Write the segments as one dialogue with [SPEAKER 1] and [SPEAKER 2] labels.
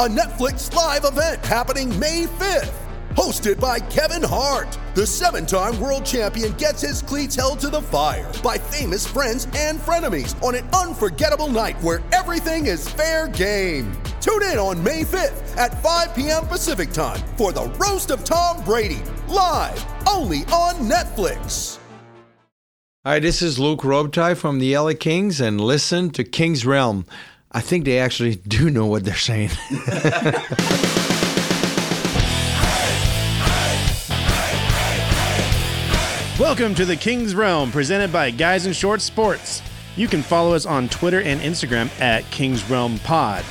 [SPEAKER 1] a Netflix live event happening May 5th. Hosted by Kevin Hart, the seven time world champion gets his cleats held to the fire by famous friends and frenemies on an unforgettable night where everything is fair game. Tune in on May 5th at 5 p.m. Pacific time for the Roast of Tom Brady, live only on Netflix.
[SPEAKER 2] Hi, this is Luke Robitaille from the LA Kings, and listen to King's Realm. I think they actually do know what they're saying.
[SPEAKER 3] Welcome to the King's Realm, presented by Guys in Short Sports. You can follow us on Twitter and Instagram at King's Realm Pod.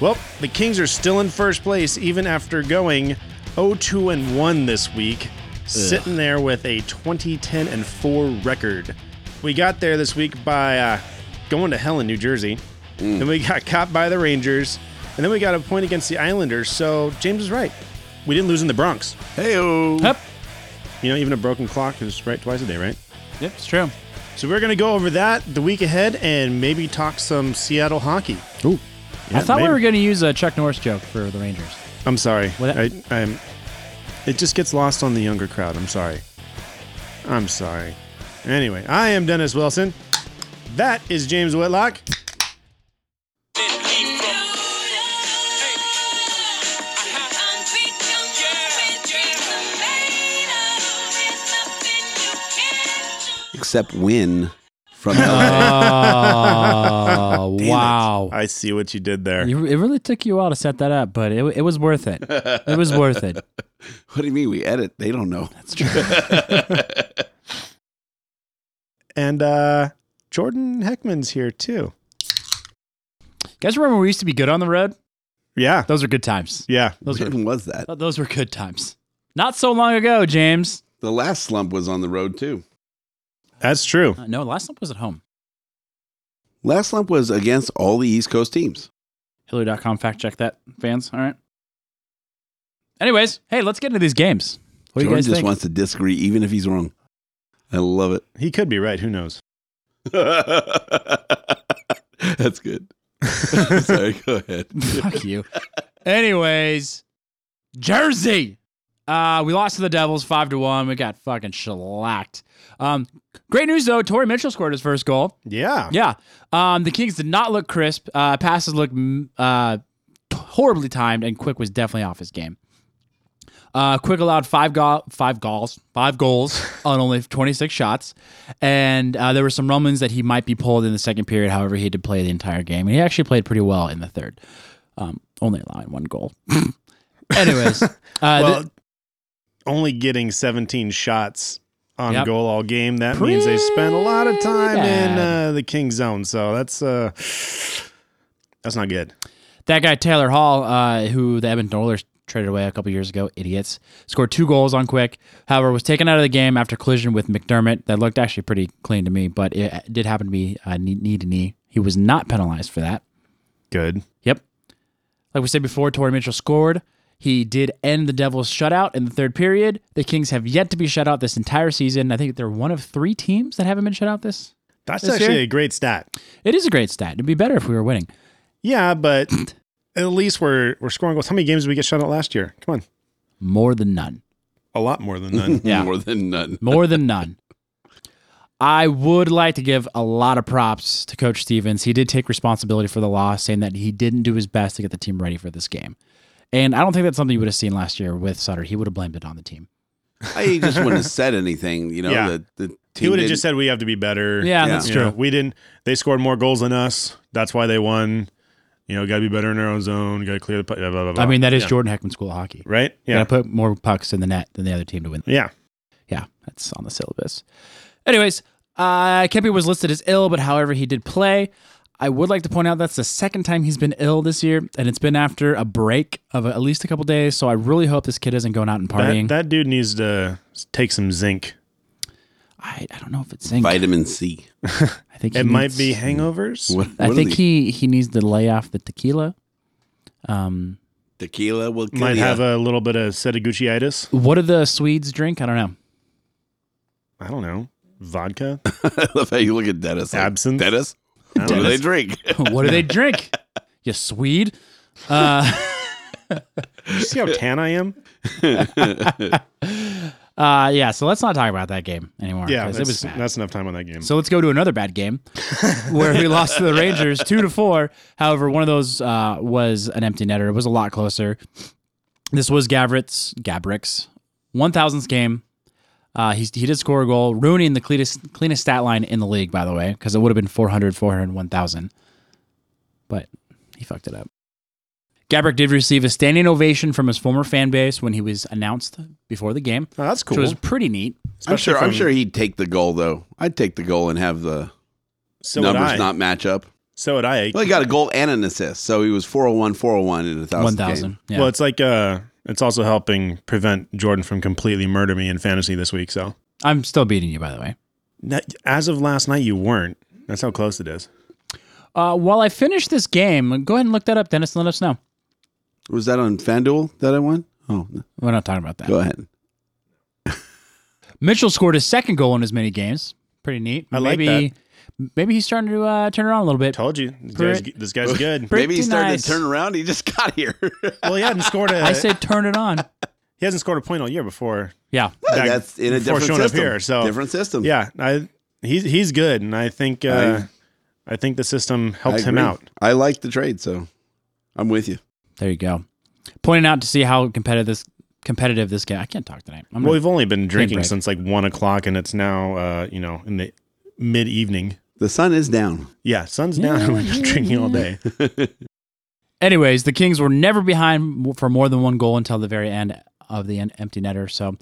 [SPEAKER 3] Well, the Kings are still in first place even after going 0-2 and 1 this week, sitting there with a 2010 and 4 record. We got there this week by uh, going to hell in New Jersey. Then we got caught by the Rangers, and then we got a point against the Islanders. So James is right. We didn't lose in the Bronx.
[SPEAKER 4] Hey, yep,
[SPEAKER 3] You know, even a broken clock is right twice a day, right?
[SPEAKER 4] yep, it's true.
[SPEAKER 3] So we're gonna go over that the week ahead and maybe talk some Seattle hockey. Ooh,
[SPEAKER 4] I thought we were going to use a Chuck Norris joke for the Rangers.
[SPEAKER 3] I'm sorry.
[SPEAKER 4] What-
[SPEAKER 3] I, I'm. It just gets lost on the younger crowd. I'm sorry. I'm sorry. Anyway, I am Dennis Wilson. That is James Whitlock.
[SPEAKER 5] Except win from
[SPEAKER 4] Oh, wow.
[SPEAKER 3] I see what you did there.
[SPEAKER 4] You- It really took you a while to set that up, but it, it was worth it. It was worth it.
[SPEAKER 5] What do you mean we edit? They don't know.
[SPEAKER 4] That's true.
[SPEAKER 3] And uh, Jordan Heckman's here too.
[SPEAKER 4] guys remember we used to be good on the road?
[SPEAKER 3] Yeah,
[SPEAKER 4] Those were good times.
[SPEAKER 3] yeah.
[SPEAKER 4] Those were,
[SPEAKER 5] When was that?
[SPEAKER 4] those were good times. Not so long ago, James.
[SPEAKER 5] The last slump was on the road too.
[SPEAKER 3] That's true.
[SPEAKER 4] Uh, no, last time was at home.
[SPEAKER 5] Last slump was against all the East Coast teams.
[SPEAKER 4] Hillary.com fact check that, fans. All right. Anyways, hey, let's get into these games. What do you
[SPEAKER 5] Jordan
[SPEAKER 4] guys
[SPEAKER 5] just
[SPEAKER 4] think?
[SPEAKER 5] wants to disagree, even if he's wrong. I love it.
[SPEAKER 3] He could be right. Who knows?
[SPEAKER 5] That's good. Sorry, go ahead.
[SPEAKER 4] Fuck you. Anyways, Jersey. Uh, we lost to the Devils five to one. We got fucking shellacked. Um, great news though. Torrey Mitchell scored his first goal.
[SPEAKER 3] Yeah.
[SPEAKER 4] Yeah. Um, the Kings did not look crisp. Uh, passes looked mm, uh, horribly timed, and Quick was definitely off his game. Uh, Quick allowed five go- five goals, five goals on only 26 shots, and uh, there were some rumblings that he might be pulled in the second period. However, he did play the entire game, and he actually played pretty well in the third, um, only allowing one goal. Anyways, uh,
[SPEAKER 3] Well,
[SPEAKER 4] th-
[SPEAKER 3] only getting 17 shots on
[SPEAKER 4] Yep.
[SPEAKER 3] goal all game. That means they spent a lot of time
[SPEAKER 4] Pretty
[SPEAKER 3] in
[SPEAKER 4] bad.
[SPEAKER 3] uh, the king zone. So that's uh, that's not good.
[SPEAKER 4] That guy Taylor Hall, uh, who the Edmonton Oilers traded away a couple years ago, idiots, scored two goals on quick. However, was taken out of the game after collision with McDermott. That looked actually pretty clean to me, but it did happen to be uh, knee, knee to knee. He was not penalized for that.
[SPEAKER 3] Good.
[SPEAKER 4] Yep. Like we said before, Torrey Mitchell scored. He did end the Devils' shutout in the third period. The Kings have yet to be shut out this entire season. I think they're one of three teams that haven't been shut out this.
[SPEAKER 3] That's
[SPEAKER 4] This
[SPEAKER 3] actually
[SPEAKER 4] year?
[SPEAKER 3] a great stat.
[SPEAKER 4] It is a great stat. It'd be better if we were winning.
[SPEAKER 3] Yeah, but at least we're we're scoring goals. How many games did we get shut out last year? Come on,
[SPEAKER 4] More than none.
[SPEAKER 3] a lot more than none.
[SPEAKER 4] Yeah.
[SPEAKER 5] More than none.
[SPEAKER 4] More than none. I would like to give a lot of props to Coach Stevens. He did take responsibility for the loss, saying that he didn't do his best to get the team ready for this game. And I don't think that's something you would have seen last year with Sutter. He would have blamed it on the team.
[SPEAKER 5] I just wouldn't have said anything. You know,
[SPEAKER 3] Yeah.
[SPEAKER 5] the, the team
[SPEAKER 3] he would have
[SPEAKER 5] didn't-
[SPEAKER 3] just said we have to be better.
[SPEAKER 4] Yeah,
[SPEAKER 5] Yeah.
[SPEAKER 4] that's
[SPEAKER 3] You
[SPEAKER 4] true.
[SPEAKER 3] know, we didn't. They scored more goals than us. That's why they won. You know, got to be better in our own zone. Got to clear the. pu- Blah, blah, blah, blah.
[SPEAKER 4] I mean, that is
[SPEAKER 3] Yeah.
[SPEAKER 4] Jordan Heckman School of Hockey.
[SPEAKER 3] right.
[SPEAKER 4] Yeah.
[SPEAKER 3] Yeah,
[SPEAKER 4] Gotta put more pucks in the net than the other team to win.
[SPEAKER 3] yeah.
[SPEAKER 4] Yeah, that's on the syllabus. Anyways, uh, Kepi was listed as ill, but however, he did play. I would like to point out that's the second time he's been ill this year, and it's been after a break of at least a couple days. So I really hope this kid isn't going out and
[SPEAKER 3] That,
[SPEAKER 4] partying.
[SPEAKER 3] that dude needs to take some zinc.
[SPEAKER 4] I, I don't know if it's zinc.
[SPEAKER 5] Vitamin C.
[SPEAKER 4] I think he
[SPEAKER 3] It might
[SPEAKER 4] needs-
[SPEAKER 3] be hangovers.
[SPEAKER 5] What,
[SPEAKER 4] I
[SPEAKER 5] what are
[SPEAKER 4] think
[SPEAKER 5] these?
[SPEAKER 4] he he needs to lay off the tequila. Um,
[SPEAKER 5] tequila will kill
[SPEAKER 3] Might
[SPEAKER 5] ya.
[SPEAKER 3] have a little bit of setaguchiitis.
[SPEAKER 4] what do the Swedes drink? I don't know.
[SPEAKER 3] I don't know. Vodka.
[SPEAKER 5] I love how you look at Dennis. Like,
[SPEAKER 3] Absinthe?
[SPEAKER 5] Dennis, what do they drink?
[SPEAKER 4] what do they drink? You Swede. Uh,
[SPEAKER 3] You see how tan I am?
[SPEAKER 4] uh, yeah. So let's not talk about that game anymore.
[SPEAKER 3] Yeah,
[SPEAKER 4] 'cause
[SPEAKER 3] that's,
[SPEAKER 4] it was bad.
[SPEAKER 3] that's enough time on that game.
[SPEAKER 4] So let's go to another bad game where we lost to the Rangers two to four. However, one of those uh, was an empty netter. It was a lot closer. This was Gavrit's Gabrick's one thousandth game. Uh, he, he did score a goal, ruining the cleanest, cleanest stat line in the league, by the way, because it would have been 400, 400, 1,000. But he fucked it up. Gabrick did receive a standing ovation from his former fan base when he was announced before the game,
[SPEAKER 3] Oh, that's
[SPEAKER 4] which
[SPEAKER 3] cool.
[SPEAKER 4] was pretty neat.
[SPEAKER 5] I'm sure. I'm
[SPEAKER 3] from-
[SPEAKER 5] sure he'd take the goal though. I'd take the goal and have the
[SPEAKER 3] so would
[SPEAKER 5] numbers
[SPEAKER 3] I.
[SPEAKER 5] not match up.
[SPEAKER 3] so would I.
[SPEAKER 5] Well, he got a goal and an assist, so he was 401, 401 in a thousand.
[SPEAKER 4] 1,000. Yeah.
[SPEAKER 3] Well, it's like uh, it's also helping prevent Jordan from completely murder me in fantasy this week. So
[SPEAKER 4] I'm still beating you, by the way.
[SPEAKER 3] That- as of last night, you weren't. That's how close it is.
[SPEAKER 4] Uh, while I finish this game, go ahead and look that up, Dennis, and let us know.
[SPEAKER 5] Was that on FanDuel that I won? Oh, no.
[SPEAKER 4] We're not talking about that.
[SPEAKER 5] go ahead.
[SPEAKER 4] Mitchell scored his second goal in as many games. Pretty neat.
[SPEAKER 3] I like
[SPEAKER 4] maybe, Maybe he's starting to uh, turn around a little bit.
[SPEAKER 3] Told you, this
[SPEAKER 4] Pretty-
[SPEAKER 3] guy's, this guy's good.
[SPEAKER 4] pretty
[SPEAKER 5] Maybe he started
[SPEAKER 4] nice.
[SPEAKER 5] to turn around. He just got here.
[SPEAKER 3] well, he hasn't scored a.
[SPEAKER 4] I said turn it on.
[SPEAKER 3] he hasn't scored a point all year before.
[SPEAKER 4] Yeah.
[SPEAKER 3] Back-
[SPEAKER 5] That's in a
[SPEAKER 3] before
[SPEAKER 5] different
[SPEAKER 3] showing
[SPEAKER 5] system.
[SPEAKER 3] up here, so-
[SPEAKER 5] different system.
[SPEAKER 3] Yeah, I he's he's good, and I think uh, I, think the system helped
[SPEAKER 5] I
[SPEAKER 3] him
[SPEAKER 5] agree.
[SPEAKER 3] out.
[SPEAKER 5] I like the trade, so I'm with you.
[SPEAKER 4] There you go. Pointing out to see how competitive this competitive this game. I can't talk tonight. I'm
[SPEAKER 3] Well,
[SPEAKER 4] gonna-
[SPEAKER 3] we've only been drinking
[SPEAKER 4] break.
[SPEAKER 3] since like one o'clock, and it's now uh, you know in the mid evening.
[SPEAKER 5] The sun is down.
[SPEAKER 3] Yeah, sun's down. and We've been drinking all day.
[SPEAKER 4] Anyways, the Kings were never behind for more than one goal until the very end of the en- empty netter. So,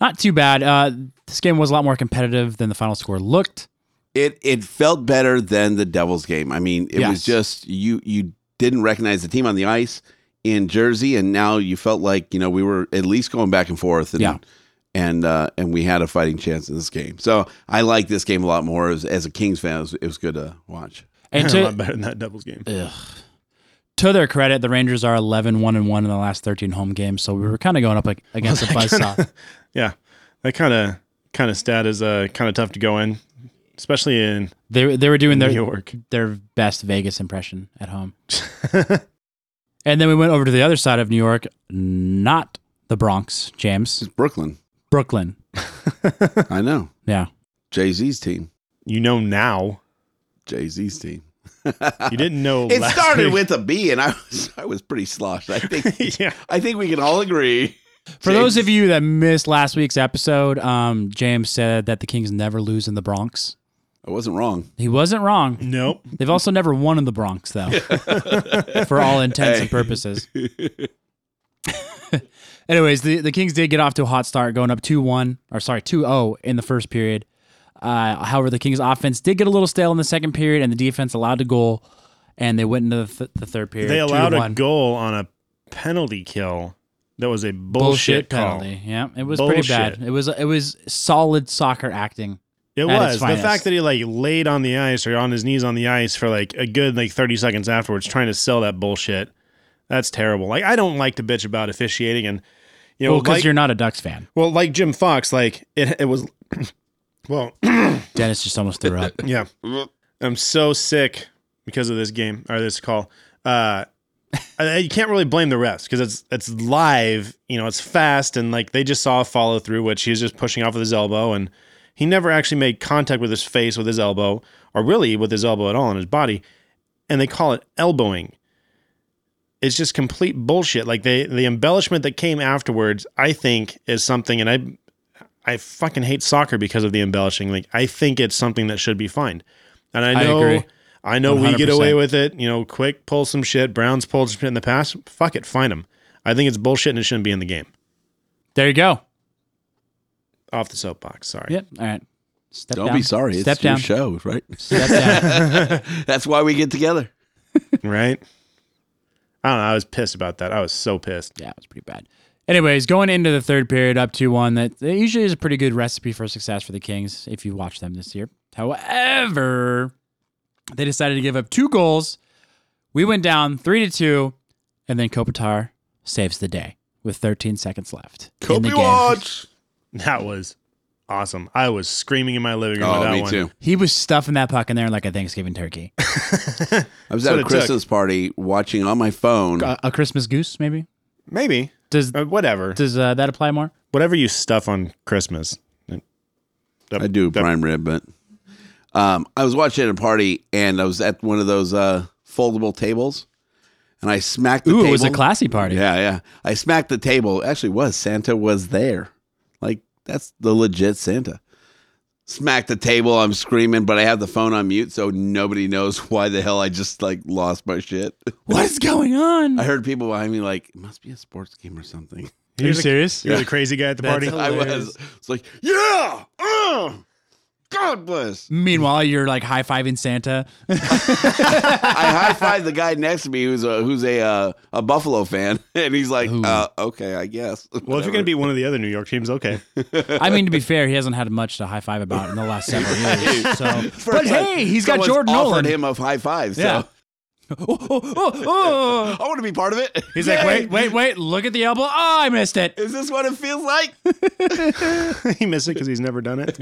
[SPEAKER 4] not too bad. Uh, this game was a lot more competitive than the final score looked.
[SPEAKER 5] It it felt better than the Devils game. I mean, it
[SPEAKER 4] Yes.
[SPEAKER 5] was just you you didn't recognize the team on the ice in Jersey, and now you felt like you know we were at least going back and forth. And,
[SPEAKER 4] Yeah.
[SPEAKER 5] And uh, and we had a fighting chance in this game, so I like this game a lot more. As, as a Kings fan, it was, it was good to watch.
[SPEAKER 4] And
[SPEAKER 3] a
[SPEAKER 4] to,
[SPEAKER 3] lot better than that Devils game.
[SPEAKER 4] to their credit, the Rangers are 11 1 and 1 in the last 13 home games. So we were kind of going up like, against a buzzsaw.
[SPEAKER 3] Yeah, that kind of kind of stat is uh, kind of tough to go in, especially in
[SPEAKER 4] They, they were doing
[SPEAKER 3] New
[SPEAKER 4] their,
[SPEAKER 3] York.
[SPEAKER 4] their best Vegas impression at home. and then we went over to the other side of New York, not the Bronx, James,
[SPEAKER 5] Brooklyn,
[SPEAKER 4] Brooklyn.
[SPEAKER 5] I know
[SPEAKER 4] Yeah.
[SPEAKER 5] Jay Z's team,
[SPEAKER 3] You know now.
[SPEAKER 5] Jay Z's team.
[SPEAKER 3] You didn't know.
[SPEAKER 5] It
[SPEAKER 3] last
[SPEAKER 5] started
[SPEAKER 3] week.
[SPEAKER 5] with a B, and I was I was pretty sloshed. I think
[SPEAKER 3] yeah.
[SPEAKER 5] I think we can all agree.
[SPEAKER 4] For those of you that missed last week's episode, um, James said that the Kings never lose in the Bronx.
[SPEAKER 5] I wasn't wrong.
[SPEAKER 4] He wasn't wrong.
[SPEAKER 3] Nope.
[SPEAKER 4] They've also never won in the Bronx, though, for all intents and purposes. Anyways, the, the Kings did get off to a hot start, going up 2 1, or sorry, 2 0 in the first period. Uh, however, the Kings' offense did get a little stale in the second period, and the defense allowed a goal, and they went into the, th- the third period.
[SPEAKER 3] They
[SPEAKER 4] 2 to
[SPEAKER 3] allowed a
[SPEAKER 4] one.
[SPEAKER 3] goal on a penalty kill that was a
[SPEAKER 4] Bullshit
[SPEAKER 3] bullshit, call.
[SPEAKER 4] penalty. Yeah, it was pretty
[SPEAKER 3] Bullshit.
[SPEAKER 4] bad. It was it was solid soccer acting.
[SPEAKER 3] It
[SPEAKER 4] At its
[SPEAKER 3] was the
[SPEAKER 4] finest.
[SPEAKER 3] fact that he like laid on the ice or on his knees on the ice for like a good like thirty seconds afterwards, trying to sell that bullshit. That's terrible. Like I don't like to bitch about officiating, and you know,
[SPEAKER 4] Well, because
[SPEAKER 3] like,
[SPEAKER 4] you're not a Ducks fan.
[SPEAKER 3] well, like Jim Fox, like it, it was. well,
[SPEAKER 4] Dennis just almost threw up.
[SPEAKER 3] Yeah. I'm so sick because of this game or this call. Uh, I- you can't really blame the refs because it's it's live, you know, it's fast and like they just saw a follow through, which he was just pushing off with his elbow, and he never actually made contact with his face with his elbow, or really with his elbow at all on his body, and they call it elbowing. It's just complete bullshit. Like they the embellishment that came afterwards, I think, is something, and I I fucking hate soccer because of the embellishing. Like I think it's something that should be fined. And I
[SPEAKER 4] I
[SPEAKER 3] know I,
[SPEAKER 4] agree.
[SPEAKER 3] know we get
[SPEAKER 4] 100%.
[SPEAKER 3] away with it. You know, quick pull some shit. Browns pulled some shit in the past. Fuck it, fine them. I think it's bullshit and it shouldn't be in the game.
[SPEAKER 4] There you go.
[SPEAKER 3] Off the soapbox. Sorry.
[SPEAKER 4] Yep. All right. Step
[SPEAKER 5] Don't
[SPEAKER 4] down.
[SPEAKER 5] be sorry.
[SPEAKER 4] Step
[SPEAKER 5] it's your
[SPEAKER 4] down.
[SPEAKER 5] show, right?
[SPEAKER 4] Step down.
[SPEAKER 5] That's why we get together.
[SPEAKER 3] right? I don't know. I was pissed about that. I was so pissed.
[SPEAKER 4] yeah, it was pretty bad. Anyways, going into the third period, up two one. That that usually is a pretty good recipe for success for the Kings if you watch them this year. However, they decided to give up two goals. We went down three to two, and then Kopitar saves the day with 13 seconds left. in the game.
[SPEAKER 3] That was awesome. I was screaming in my living room. with
[SPEAKER 5] Oh,
[SPEAKER 3] that
[SPEAKER 5] me
[SPEAKER 3] one.
[SPEAKER 5] too.
[SPEAKER 4] He was stuffing that puck in there like a Thanksgiving turkey,
[SPEAKER 5] I was
[SPEAKER 3] That's
[SPEAKER 5] at
[SPEAKER 3] what
[SPEAKER 5] a
[SPEAKER 3] it took.
[SPEAKER 5] Christmas party watching on my phone.
[SPEAKER 4] a, a Christmas goose maybe.
[SPEAKER 3] Maybe
[SPEAKER 4] Does
[SPEAKER 3] Uh, whatever.
[SPEAKER 4] does uh, that apply more?
[SPEAKER 3] Whatever you stuff on Christmas. That-
[SPEAKER 5] I do
[SPEAKER 3] that-
[SPEAKER 5] prime rib, but um, I was watching at a party and I was at one of those uh, foldable tables, and I smacked. The
[SPEAKER 4] Ooh,
[SPEAKER 5] table.
[SPEAKER 4] it was a classy party.
[SPEAKER 5] Yeah, yeah. I smacked the table. Actually, was Santa was there? Like that's the legit Santa. Smacked the table. I'm screaming, but I have the phone on mute, so nobody knows why the hell I just like lost my shit.
[SPEAKER 4] What is going on?
[SPEAKER 5] I heard people behind me like, it must be a sports game or something.
[SPEAKER 4] Are you serious?
[SPEAKER 3] You're the crazy guy at the party.
[SPEAKER 5] I was. It's like, yeah, uh, God bless.
[SPEAKER 4] Meanwhile, you're like high fiving Santa.
[SPEAKER 5] I high fived the guy next to me who's a who's a uh, a Buffalo fan, and he's like, uh, okay, I guess.
[SPEAKER 3] Well, if you're gonna be one of the other New York teams, okay.
[SPEAKER 4] I mean, to be fair, he hasn't had much to high five about in the last several years. So, but hey, he's got
[SPEAKER 5] Someone's
[SPEAKER 4] Jordan
[SPEAKER 5] offered
[SPEAKER 4] Nolan.
[SPEAKER 5] him a high five. So
[SPEAKER 4] Yeah. Oh,
[SPEAKER 5] I want to be part of it.
[SPEAKER 4] He's like,
[SPEAKER 5] Yay.
[SPEAKER 4] wait, wait, wait! Look at the elbow. Oh, I missed it.
[SPEAKER 5] Is this what it feels like?
[SPEAKER 3] he missed it because he's never done it.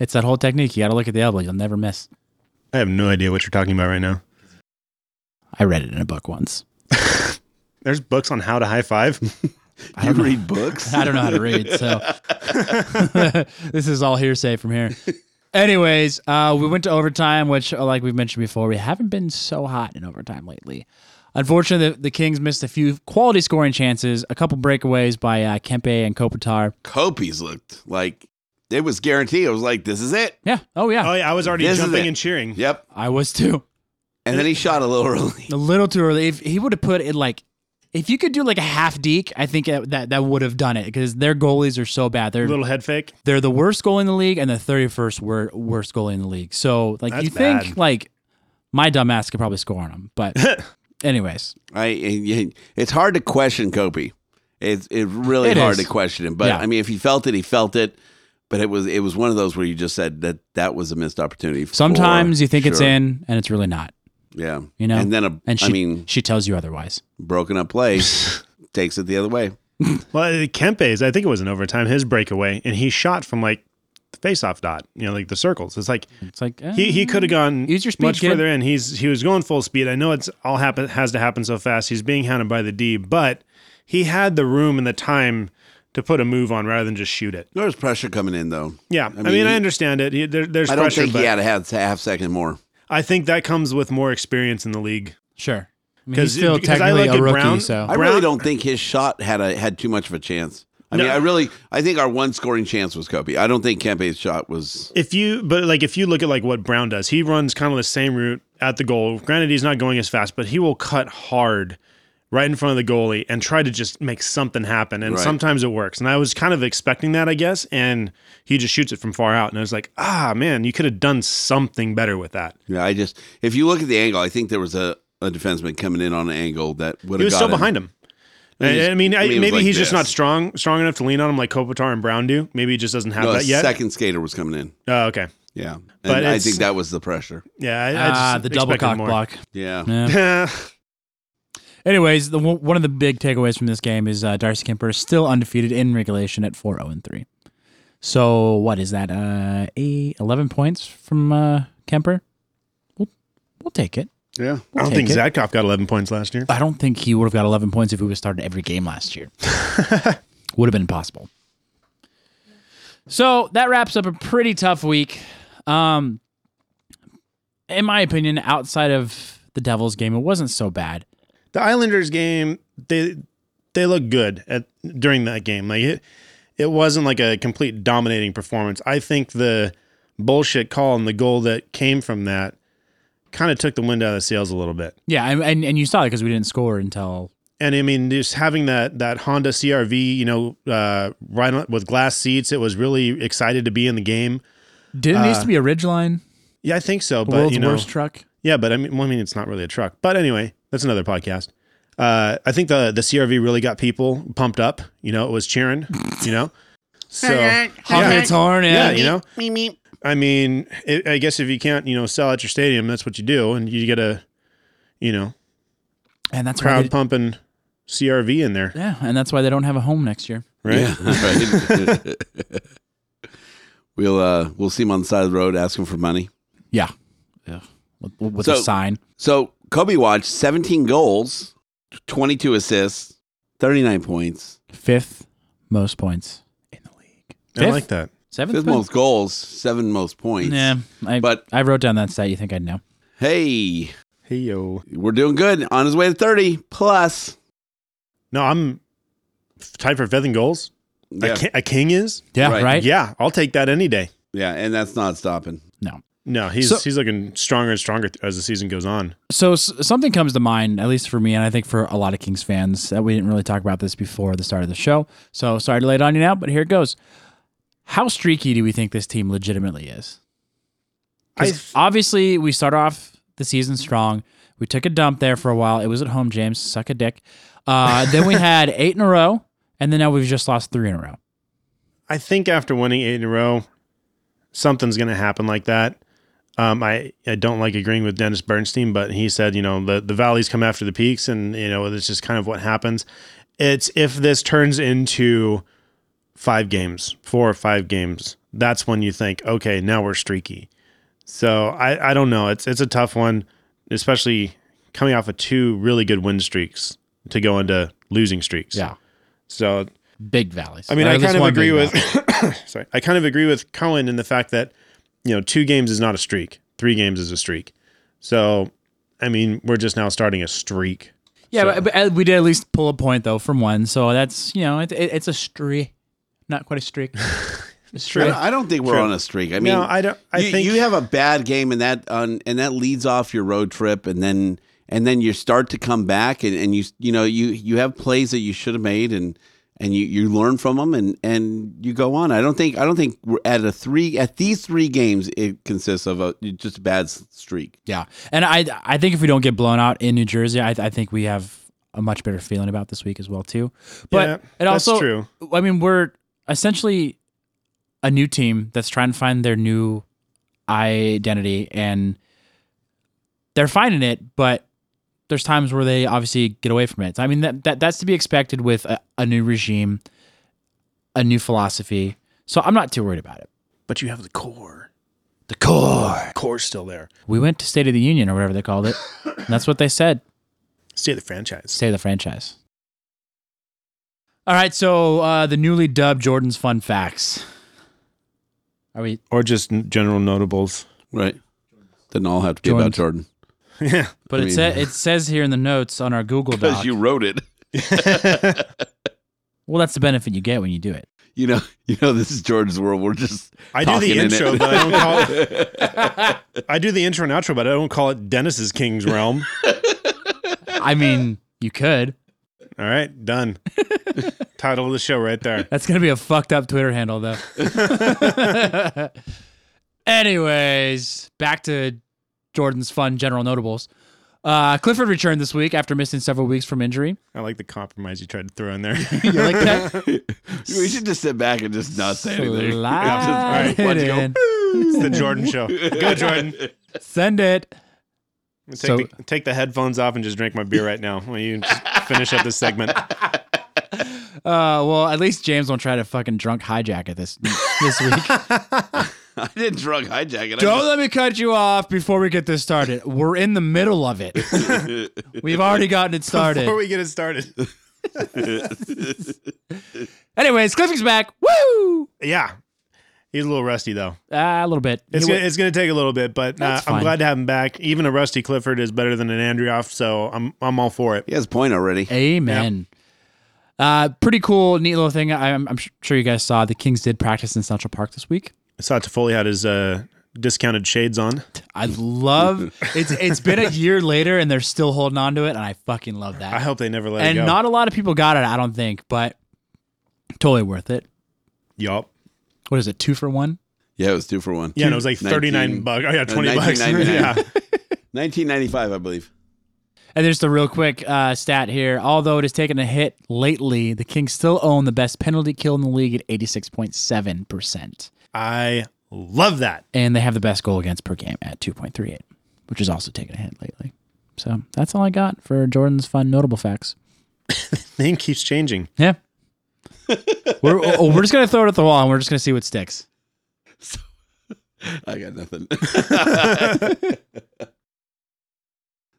[SPEAKER 4] It's that whole technique. You got to look at the elbow. You'll never miss.
[SPEAKER 3] I have no idea what you're talking about right now.
[SPEAKER 4] I read it in a book once.
[SPEAKER 3] There's books on how to high five.
[SPEAKER 5] You read books?
[SPEAKER 4] I don't know how to read, so this is all hearsay from here. Anyways, uh, we went to overtime, which, uh, like we've mentioned before, we haven't been so hot in overtime lately. Unfortunately, the, the Kings missed a few quality scoring chances, a couple breakaways by uh, Kempe and Kopitar.
[SPEAKER 5] Copies looked like it was guaranteed. I was like, this is it.
[SPEAKER 4] Yeah. Oh, yeah.
[SPEAKER 3] oh, yeah, I was already
[SPEAKER 5] This is
[SPEAKER 3] jumping
[SPEAKER 5] it.
[SPEAKER 3] and cheering.
[SPEAKER 5] Yep.
[SPEAKER 4] I was too.
[SPEAKER 5] And then he shot a little early.
[SPEAKER 4] A little too early. If he would have put it like, if you could do like a half deke, I think that that, that would have done it because their goalies are so bad. They're
[SPEAKER 3] Little head fake.
[SPEAKER 4] they're the worst goalie in the league and the 31st wor- worst goalie in the league. So like
[SPEAKER 3] That's
[SPEAKER 4] you think
[SPEAKER 3] bad.
[SPEAKER 4] like my dumbass could probably score on him, but anyways,
[SPEAKER 5] I. and- and It's hard to question Kopi. It's it's really
[SPEAKER 4] It
[SPEAKER 5] hard
[SPEAKER 4] is.
[SPEAKER 5] to question him. But
[SPEAKER 4] Yeah.
[SPEAKER 5] I mean, if he felt it, he felt it. But it was it was one of those where you just said that that was a missed opportunity. for
[SPEAKER 4] sometimes you think it's
[SPEAKER 5] sure.
[SPEAKER 4] in and it's really not.
[SPEAKER 5] Yeah.
[SPEAKER 4] You know,
[SPEAKER 5] And then a,
[SPEAKER 4] and she
[SPEAKER 5] I mean,
[SPEAKER 4] she tells you otherwise.
[SPEAKER 5] broken up play takes it the other way.
[SPEAKER 3] Well, uh, Kempe's, I think it was in overtime, his breakaway, and he shot from like the face-off dot, you know, like the circles. It's like
[SPEAKER 4] It's like eh.
[SPEAKER 3] he, he could have gone
[SPEAKER 4] Use your speed,
[SPEAKER 3] much
[SPEAKER 4] kid.
[SPEAKER 3] further in. He's he was going full speed. I know it's all happen has to happen so fast. He's being hounded by the D, but he had the room and the time to put a move on rather than just shoot it.
[SPEAKER 5] There was pressure coming in though.
[SPEAKER 3] Yeah, I mean, I,
[SPEAKER 5] he-
[SPEAKER 3] understand it. He- there- there's
[SPEAKER 5] I don't
[SPEAKER 3] pressure,
[SPEAKER 5] think
[SPEAKER 3] but
[SPEAKER 5] he had a half, half second more.
[SPEAKER 3] I think that comes with more experience in the league.
[SPEAKER 4] sure. I mean,
[SPEAKER 3] 'Cause-
[SPEAKER 4] he's still
[SPEAKER 3] because I
[SPEAKER 4] technically
[SPEAKER 3] look
[SPEAKER 4] a
[SPEAKER 3] at
[SPEAKER 4] rookie,
[SPEAKER 3] Brown-
[SPEAKER 4] so
[SPEAKER 5] I
[SPEAKER 3] Brown-
[SPEAKER 5] really don't think his shot had a had too much of a chance. I mean,
[SPEAKER 3] No.
[SPEAKER 5] I really, I think our one scoring chance was Kobe. I don't think Kempe's shot was.
[SPEAKER 3] If you, but like if you look at like what Brown does, he runs kind of the same route at the goal. Granted, he's not going as fast, but he will cut hard right in front of the goalie and try to just make something happen. And
[SPEAKER 5] Right.
[SPEAKER 3] sometimes it works. And I was kind of expecting that, I guess. And he just shoots it from far out. And I was like, ah, man, you could have done something better with that.
[SPEAKER 5] Yeah, I just, if you look at the angle, I think there was a, a defenseman coming in on an angle that would
[SPEAKER 3] He
[SPEAKER 5] have
[SPEAKER 3] was
[SPEAKER 5] got
[SPEAKER 3] still behind him.
[SPEAKER 5] He was-
[SPEAKER 3] I, I mean, I,
[SPEAKER 5] I mean, it was
[SPEAKER 3] maybe
[SPEAKER 5] like
[SPEAKER 3] he's just not
[SPEAKER 5] this.
[SPEAKER 3] strong strong enough to lean on him like Kopitar and Brown do. Maybe he just doesn't have
[SPEAKER 5] No, a
[SPEAKER 3] that yet.
[SPEAKER 5] second skater was coming in.
[SPEAKER 3] Oh, okay.
[SPEAKER 5] Yeah, and
[SPEAKER 3] But
[SPEAKER 5] I
[SPEAKER 3] it's-
[SPEAKER 5] think that was the pressure.
[SPEAKER 3] Yeah. I, I just
[SPEAKER 4] ah, the double
[SPEAKER 3] expected
[SPEAKER 4] cock
[SPEAKER 3] more.
[SPEAKER 4] block.
[SPEAKER 5] Yeah,
[SPEAKER 4] Yeah. Anyways, the, one of the big takeaways from this game is uh, Darcy Kemper is still undefeated in regulation at 4 0 3. So, what is that? Uh, eight, 11 points from uh, Kemper? We'll, we'll take it.
[SPEAKER 5] yeah.
[SPEAKER 3] I don't
[SPEAKER 4] Take
[SPEAKER 3] think
[SPEAKER 4] it.
[SPEAKER 3] Zadkoff got 11 points last year.
[SPEAKER 4] I don't think he would have got 11 points if he would have started every game last year. would have been impossible. So that wraps up a pretty tough week. Um, in my opinion, outside of the Devils game, it wasn't so bad.
[SPEAKER 3] the Islanders game, they they looked good at during that game. Like it, it wasn't like a complete dominating performance. I think the bullshit call and the goal that came from that kind of took the wind out of the sails a little bit.
[SPEAKER 4] Yeah, and and, and you saw it because we didn't score until
[SPEAKER 3] And I mean, just having that that Honda CRV, you know, uh, right on, with glass seats, it was really excited to be in the game.
[SPEAKER 4] Didn't it used to be a Ridgeline,
[SPEAKER 3] Yeah, I think so.
[SPEAKER 4] the
[SPEAKER 3] but
[SPEAKER 4] world's
[SPEAKER 3] you know,
[SPEAKER 4] worst truck?
[SPEAKER 3] yeah, but I mean, well, I mean, it's not really a truck. But anyway, that's another podcast. Uh, I think the the CRV really got people pumped up. You know, it was cheering. you know, so
[SPEAKER 4] Honking its horn, yeah.
[SPEAKER 3] yeah, you know, I mean, it, I guess if you can't, you know, sell at your stadium, that's what you do, and you get a, you know,
[SPEAKER 4] and that's why.
[SPEAKER 3] crowd
[SPEAKER 4] They,
[SPEAKER 3] pumping CRV in there,
[SPEAKER 4] yeah, and that's why they don't have a home next year.
[SPEAKER 3] right?
[SPEAKER 5] Yeah, right. we'll uh, we'll see him on the side of the road asking for money.
[SPEAKER 4] Yeah, yeah, with, with a
[SPEAKER 5] So-
[SPEAKER 4] sign.
[SPEAKER 5] So Kobe watched 17 goals, 22 assists, 39 points,
[SPEAKER 4] Fifth most points in the league.
[SPEAKER 3] I
[SPEAKER 4] Fifth?
[SPEAKER 3] like that.
[SPEAKER 4] Seventh
[SPEAKER 5] fifth most goals, seven most points.
[SPEAKER 4] Yeah, I,
[SPEAKER 5] But-
[SPEAKER 4] but I wrote down that stat. You think I'd know?
[SPEAKER 5] Hey,
[SPEAKER 3] Hey yo,
[SPEAKER 5] we're doing good. On his way to 30 plus.
[SPEAKER 3] no, I'm f- tied for fifth in goals.
[SPEAKER 5] Yeah,
[SPEAKER 3] A, ki- a king is,
[SPEAKER 4] Yeah,
[SPEAKER 5] Right.
[SPEAKER 4] right.
[SPEAKER 3] yeah, I'll take that any day.
[SPEAKER 5] yeah, and that's not stopping.
[SPEAKER 4] No.
[SPEAKER 3] No, he's
[SPEAKER 4] So-
[SPEAKER 3] he's looking stronger and stronger th- as the season goes on.
[SPEAKER 4] So s- something comes to mind, at least for me, and I think for a lot of Kings fans that we didn't really talk about this before the start of the show. So sorry to lay it on you now, but here it goes. How streaky do we think this team legitimately is? 'Cause
[SPEAKER 3] I-
[SPEAKER 4] obviously we start off the season strong. We took a dump there for a while. It was at home, James. Suck a dick. Uh, then we had eight in a row, and then now we've just lost three in a row.
[SPEAKER 3] I think after winning eight in a row, something's going to happen like that. Um, I, I don't like agreeing with Dennis Bernstein, but he said, you know, the, the valleys come after the peaks, and, you know, it's just kind of what happens. It's if this turns into five games, four or five games, that's when you think, okay, now we're streaky. So I, I don't know. It's, it's a tough one, especially coming off of two really good win streaks to go into losing streaks. So
[SPEAKER 4] big valleys.
[SPEAKER 3] I mean,
[SPEAKER 4] Or
[SPEAKER 3] I
[SPEAKER 4] at least
[SPEAKER 3] kind of
[SPEAKER 4] one big
[SPEAKER 3] agree with.
[SPEAKER 4] valley.
[SPEAKER 3] sorry, I kind of agree with Cohen in the fact that you know two games is not a streak, three games is a streak. So, I mean, we're just now starting a streak.
[SPEAKER 4] Yeah, but, but at- we did at least pull a point though from one, so that's you know it, it, it's a streak, not quite a streak. It's
[SPEAKER 5] I
[SPEAKER 4] true.
[SPEAKER 5] don't, I don't think we're
[SPEAKER 3] True.
[SPEAKER 5] on a streak. I mean,
[SPEAKER 3] no, I don't. I
[SPEAKER 5] you,
[SPEAKER 3] think
[SPEAKER 5] you have a bad game and that on and that leads off your road trip and then and then you start to come back and, and you you know you you have plays that you should have made and and you, you learn from them and and you go on. I don't think I don't think we're at a three at these three games it consists of a just a bad s- streak.
[SPEAKER 4] Yeah, and I I think if we don't get blown out in New Jersey, I, I think we have a much better feeling about this week as well too. But
[SPEAKER 3] Yeah,
[SPEAKER 4] it
[SPEAKER 3] that's
[SPEAKER 4] also,
[SPEAKER 3] true.
[SPEAKER 4] I mean, we're essentially a new team that's trying to find their new identity, and they're finding it, but. There's times where they obviously get away from it. I mean, that, that that's to be expected with a, a new regime, a new philosophy. So I'm not too worried about it.
[SPEAKER 3] but you have the core.
[SPEAKER 2] The core.
[SPEAKER 3] Core's still there.
[SPEAKER 4] We went to State of the Union or whatever they called it. and that's what they said.
[SPEAKER 3] Stay the franchise.
[SPEAKER 4] State of the franchise. All right, so uh, the newly dubbed Jordan's fun facts. Are we
[SPEAKER 3] Or just n- general notables.
[SPEAKER 5] Right. Doesn't all have to be about Jordan
[SPEAKER 3] yeah.
[SPEAKER 4] but
[SPEAKER 5] I
[SPEAKER 4] it,
[SPEAKER 5] mean-
[SPEAKER 4] sa- it says here in the notes on our Google Doc.
[SPEAKER 5] wrote it.
[SPEAKER 4] well, that's the benefit you get when you do it.
[SPEAKER 5] You know you know this is Jordan's world. We're just
[SPEAKER 3] I do
[SPEAKER 5] talking
[SPEAKER 3] the
[SPEAKER 5] in it.
[SPEAKER 3] intro, but I don't call it. I do the intro and outro, but I don't call it Dennis's King's Realm.
[SPEAKER 4] I mean, you could.
[SPEAKER 3] All right, done. Title of the show right there.
[SPEAKER 4] That's gonna be a fucked up Twitter handle though. Anyways, back to Jordan's fun general notables. Uh, Clifford returned this week after missing several weeks from injury.
[SPEAKER 3] I like the compromise you tried to throw in there.
[SPEAKER 4] You like that?
[SPEAKER 5] We should just sit back and just not say anything.
[SPEAKER 4] Slide
[SPEAKER 5] All right,
[SPEAKER 4] it
[SPEAKER 5] let's go.
[SPEAKER 4] in.
[SPEAKER 3] It's the Jordan show. Go, Jordan.
[SPEAKER 4] Send it.
[SPEAKER 3] Take,
[SPEAKER 4] So-
[SPEAKER 3] the, take the headphones off and just drink my beer right now. While you just finish up this segment.
[SPEAKER 4] Uh, well, at least James won't try to fucking drunk hijack it this this week.
[SPEAKER 5] I didn't drug hijack it. I
[SPEAKER 4] Don't let me cut you off before we get this started. We're in the middle of it. We've already gotten it started.
[SPEAKER 3] Before we get it started,
[SPEAKER 4] Anyways, Clifford's back. Woo!
[SPEAKER 3] yeah, he's a little rusty though.
[SPEAKER 4] Ah, a little bit.
[SPEAKER 3] It's
[SPEAKER 4] He
[SPEAKER 3] gonna,
[SPEAKER 4] wa-
[SPEAKER 3] it's gonna take a little bit, but uh,
[SPEAKER 4] That's
[SPEAKER 3] I'm
[SPEAKER 4] fine.
[SPEAKER 3] glad to have him back. Even a rusty Clifford is better than an Andrioff, so I'm I'm all for it.
[SPEAKER 5] He has a point already.
[SPEAKER 4] Amen. Uh, pretty cool, neat little thing. I- I'm, I'm sure you guys saw the Kings did practice in Central Park this week.
[SPEAKER 3] I saw Toffoli had his uh, discounted shades on.
[SPEAKER 4] I love it's. It's been a year later, and they're still holding on to it, and I fucking love that.
[SPEAKER 3] I hope they never let
[SPEAKER 4] and
[SPEAKER 3] it go.
[SPEAKER 4] not a lot of people got it, I don't think, but totally worth it.
[SPEAKER 3] yup.
[SPEAKER 4] What is it? Two for one.
[SPEAKER 2] Yeah, it was two for one.
[SPEAKER 3] Yeah, and it was like thirty
[SPEAKER 2] 19
[SPEAKER 3] nine bucks. Oh yeah, twenty
[SPEAKER 2] uh,
[SPEAKER 3] bucks.
[SPEAKER 2] 1999.
[SPEAKER 3] yeah.
[SPEAKER 2] 1995, I believe.
[SPEAKER 4] And there's the real quick uh, stat here. Although it has taken a hit lately, the Kings still own the best penalty kill in the league at 86.7%.
[SPEAKER 3] I love that.
[SPEAKER 4] And they have the best goal against per game at 2.38, which has also taken a hit lately. So that's all I got for Jordan's fun notable facts.
[SPEAKER 3] Name keeps changing.
[SPEAKER 4] Yeah. we're, oh, we're just going to throw it at the wall and we're just going to see what sticks.
[SPEAKER 2] I got nothing.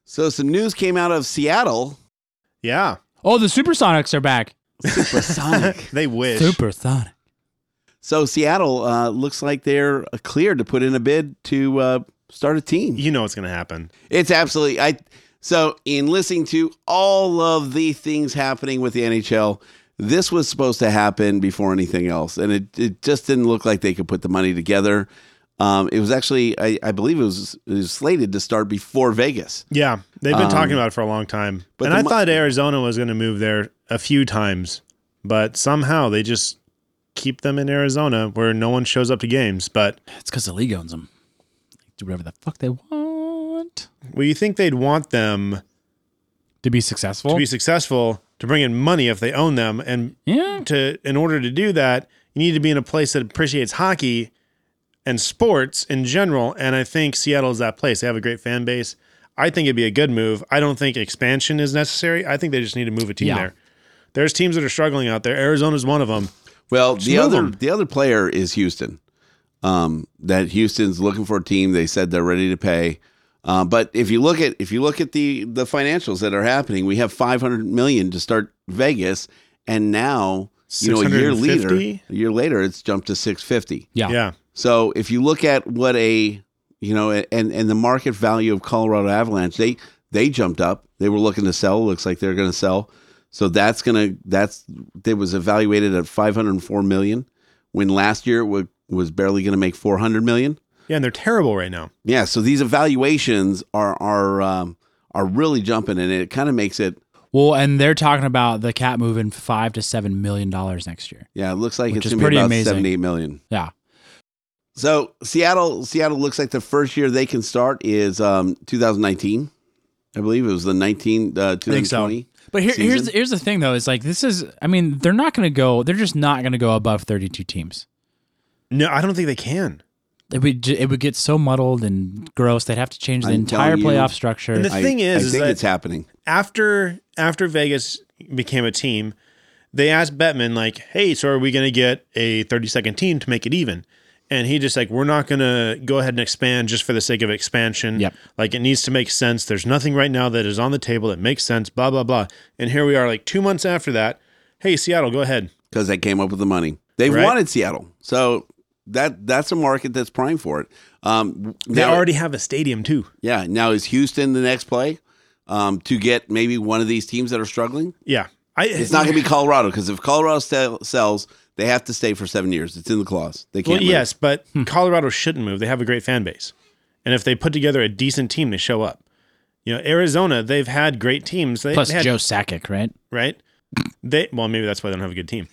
[SPEAKER 2] so some news came out of Seattle.
[SPEAKER 3] Yeah.
[SPEAKER 4] Oh, the Supersonics are back.
[SPEAKER 2] Supersonic.
[SPEAKER 3] They wish.
[SPEAKER 4] Supersonic.
[SPEAKER 2] so Seattle uh, looks like they're uh, cleared to put in a bid to uh, start a team.
[SPEAKER 3] You know what's gonna happen.
[SPEAKER 2] It's absolutely I. So in listening to all of the things happening with the NHL, this was supposed to happen before anything else, and it it just didn't look like they could put the money together. Um, it was actually, I, I believe, it was, it was slated to start before Vegas.
[SPEAKER 3] Yeah. They've been talking
[SPEAKER 2] Um,
[SPEAKER 3] about it for a long time.
[SPEAKER 2] but
[SPEAKER 3] and
[SPEAKER 2] the
[SPEAKER 3] I
[SPEAKER 2] mo-
[SPEAKER 3] thought Arizona was gonna move there a few times, but somehow they just keep them in Arizona where no one shows up to games. But
[SPEAKER 4] It's because the league owns them. Do whatever the fuck they want
[SPEAKER 3] well, you think they'd want them
[SPEAKER 4] to be successful.
[SPEAKER 3] to be successful to bring in money if they own them and
[SPEAKER 4] yeah.
[SPEAKER 3] to in order to do that, you need to be in a place that appreciates hockey and sports in general. And I think Seattle is that place. They have a great fan base. I think it'd be a good move. I don't think expansion is necessary. I think they just need to move a team
[SPEAKER 4] Yeah.
[SPEAKER 3] there. There's teams that are struggling out there. Arizona's one of them.
[SPEAKER 2] Well, the
[SPEAKER 3] move
[SPEAKER 2] other
[SPEAKER 3] 'em.
[SPEAKER 2] the other player is Houston. Um, that Houston's looking for a team. They said they're ready to pay. Um, but if you look at if you look at the the financials that are happening, we have 500 million to start Vegas, and now you know a year later,
[SPEAKER 3] 650?
[SPEAKER 2] a year later, it's jumped to 650.
[SPEAKER 4] Yeah.
[SPEAKER 3] Yeah.
[SPEAKER 2] So if you look at what a you know and and the market value of Colorado Avalanche, they they jumped up. They were looking to sell. Looks like they're going to sell. So that's gonna that's they was evaluated at 504 million when last year it wa- was barely going to make 400 million.
[SPEAKER 3] Yeah. And they're terrible right now.
[SPEAKER 2] Yeah. So these evaluations are are um, are really jumping, and it kind of makes it.
[SPEAKER 4] Well, and they're talking about the cap moving five to seven million dollars next year.
[SPEAKER 2] Yeah, it looks like
[SPEAKER 4] Which
[SPEAKER 2] it's
[SPEAKER 4] is
[SPEAKER 2] going to be
[SPEAKER 4] pretty
[SPEAKER 2] about
[SPEAKER 4] amazing.
[SPEAKER 2] 78 million.
[SPEAKER 4] Yeah.
[SPEAKER 2] So Seattle, Seattle looks like the first year they can start is um, 2019. I believe it was the 19 uh, 2020.
[SPEAKER 4] But here, here's
[SPEAKER 2] season.
[SPEAKER 4] here's the thing though. Is like this is. I mean, they're not going to go. They're just not going to go above thirty two teams.
[SPEAKER 3] No, I don't think they can.
[SPEAKER 4] It would ju- it would get so muddled and gross. They'd have to change the
[SPEAKER 2] I'm
[SPEAKER 4] entire
[SPEAKER 2] telling you.
[SPEAKER 4] playoff structure.
[SPEAKER 3] And the
[SPEAKER 2] I-
[SPEAKER 3] thing is,
[SPEAKER 2] I
[SPEAKER 3] is
[SPEAKER 2] think
[SPEAKER 3] that-
[SPEAKER 2] it's happening.
[SPEAKER 3] after after Vegas became a team, they asked Bettman like, "Hey, so are we going to get a 30 second team to make it even?" And he just like, "We're not going to go ahead and expand just for the sake of expansion.
[SPEAKER 4] Yep.
[SPEAKER 3] Like it needs to make sense. There's nothing right now that is on the table that makes sense. Blah blah blah." And here we are, like two months after that. Hey, Seattle, go ahead.
[SPEAKER 2] because they came up with the money. They
[SPEAKER 3] Right.
[SPEAKER 2] wanted Seattle, so that that's a market that's prime for it. Um,
[SPEAKER 3] They
[SPEAKER 2] now-
[SPEAKER 3] already have a stadium too.
[SPEAKER 2] yeah. Now is Houston the next play um, to get maybe one of these teams that are struggling?
[SPEAKER 3] Yeah, I.
[SPEAKER 2] It's not going to be Colorado because if Colorado sell, sells, they have to stay for seven years. It's in the clause. They can't.
[SPEAKER 3] Well,
[SPEAKER 2] move.
[SPEAKER 3] yes, but Colorado shouldn't move. They have a great fan base. And if they put together a decent team, they show up. You know, Arizona, they've had great teams. They,
[SPEAKER 4] plus
[SPEAKER 3] they had,
[SPEAKER 4] Joe Sakic, right?
[SPEAKER 3] right? They well, maybe that's why they don't have a good team.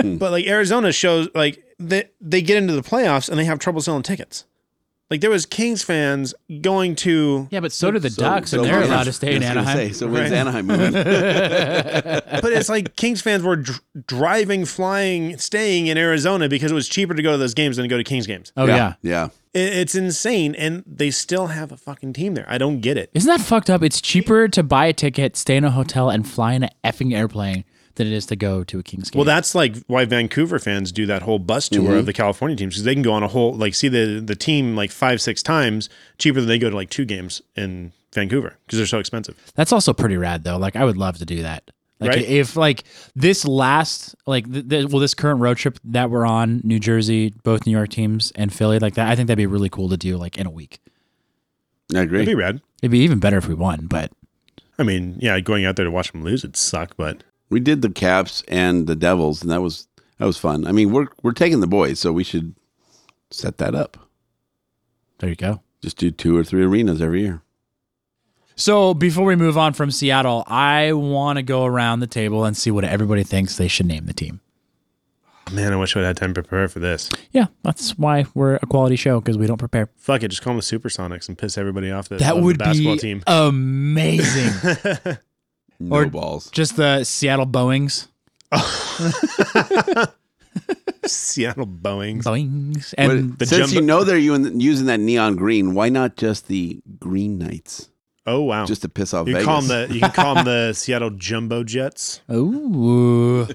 [SPEAKER 2] Hmm.
[SPEAKER 3] but like Arizona shows like they they get into the playoffs and they have trouble selling tickets. Like there was Kings fans going to
[SPEAKER 4] Yeah, but so do the
[SPEAKER 2] So-
[SPEAKER 4] Ducks,
[SPEAKER 2] so
[SPEAKER 4] and they're
[SPEAKER 2] when's-
[SPEAKER 4] allowed to stay in
[SPEAKER 2] I was gonna
[SPEAKER 4] Anaheim.
[SPEAKER 2] say, so when's
[SPEAKER 3] Right.
[SPEAKER 2] Anaheim moving?
[SPEAKER 3] but it's like Kings fans were dr- driving, flying, staying in Arizona because it was cheaper to go to those games than to go to Kings games.
[SPEAKER 4] oh yeah.
[SPEAKER 2] yeah.
[SPEAKER 3] It- it's insane and they still have a fucking team there. I don't get it.
[SPEAKER 4] Isn't that fucked up? It's cheaper to buy a ticket, stay in a hotel, and fly in an effing airplane than it is to go to a Kings game.
[SPEAKER 3] Well, that's like why Vancouver fans do that whole bus tour
[SPEAKER 5] Mm-hmm.
[SPEAKER 3] of the California teams because they can go on a whole like see the the team like five six times cheaper than they go to like two games in Vancouver because they're so expensive.
[SPEAKER 4] That's also pretty rad though. Like I would love to do that. Like
[SPEAKER 3] Right?
[SPEAKER 4] if like this last like th- th- well this current road trip that we're on New Jersey, both New York teams and Philly like that. I think that'd be really cool to do like in a week.
[SPEAKER 2] I
[SPEAKER 3] It'd be
[SPEAKER 2] agree.
[SPEAKER 3] rad.
[SPEAKER 4] It'd be even better if we won, but
[SPEAKER 3] I mean, yeah, going out there to watch them lose would suck, but
[SPEAKER 2] We did the Caps and the Devils, and that was that was fun. I mean, we're we're taking the boys, so we should set that up.
[SPEAKER 4] There you go.
[SPEAKER 5] Just do two or three arenas every year.
[SPEAKER 4] So before we move on from Seattle, I want to go around the table and see what everybody thinks they should name the team.
[SPEAKER 3] Man, I wish I had time to prepare for this.
[SPEAKER 4] Yeah, that's why we're a quality show because we don't prepare.
[SPEAKER 3] Fuck it, just call them the Supersonics and piss everybody off.
[SPEAKER 4] That
[SPEAKER 3] love
[SPEAKER 4] would
[SPEAKER 3] the basketball
[SPEAKER 4] be
[SPEAKER 3] team.
[SPEAKER 4] amazing.
[SPEAKER 5] No
[SPEAKER 4] Or-
[SPEAKER 5] balls.
[SPEAKER 4] Just the Seattle Boeings,
[SPEAKER 3] Seattle Boeings.
[SPEAKER 4] Boeings, and
[SPEAKER 5] What-
[SPEAKER 3] the
[SPEAKER 5] since
[SPEAKER 3] jumbo-
[SPEAKER 5] you know they're u- using that neon green, why not just the Green Knights?
[SPEAKER 3] Oh wow.
[SPEAKER 5] Just to piss off
[SPEAKER 3] you can
[SPEAKER 5] Vegas.
[SPEAKER 3] call them the you can call them the Seattle Jumbo Jets.
[SPEAKER 4] ooh.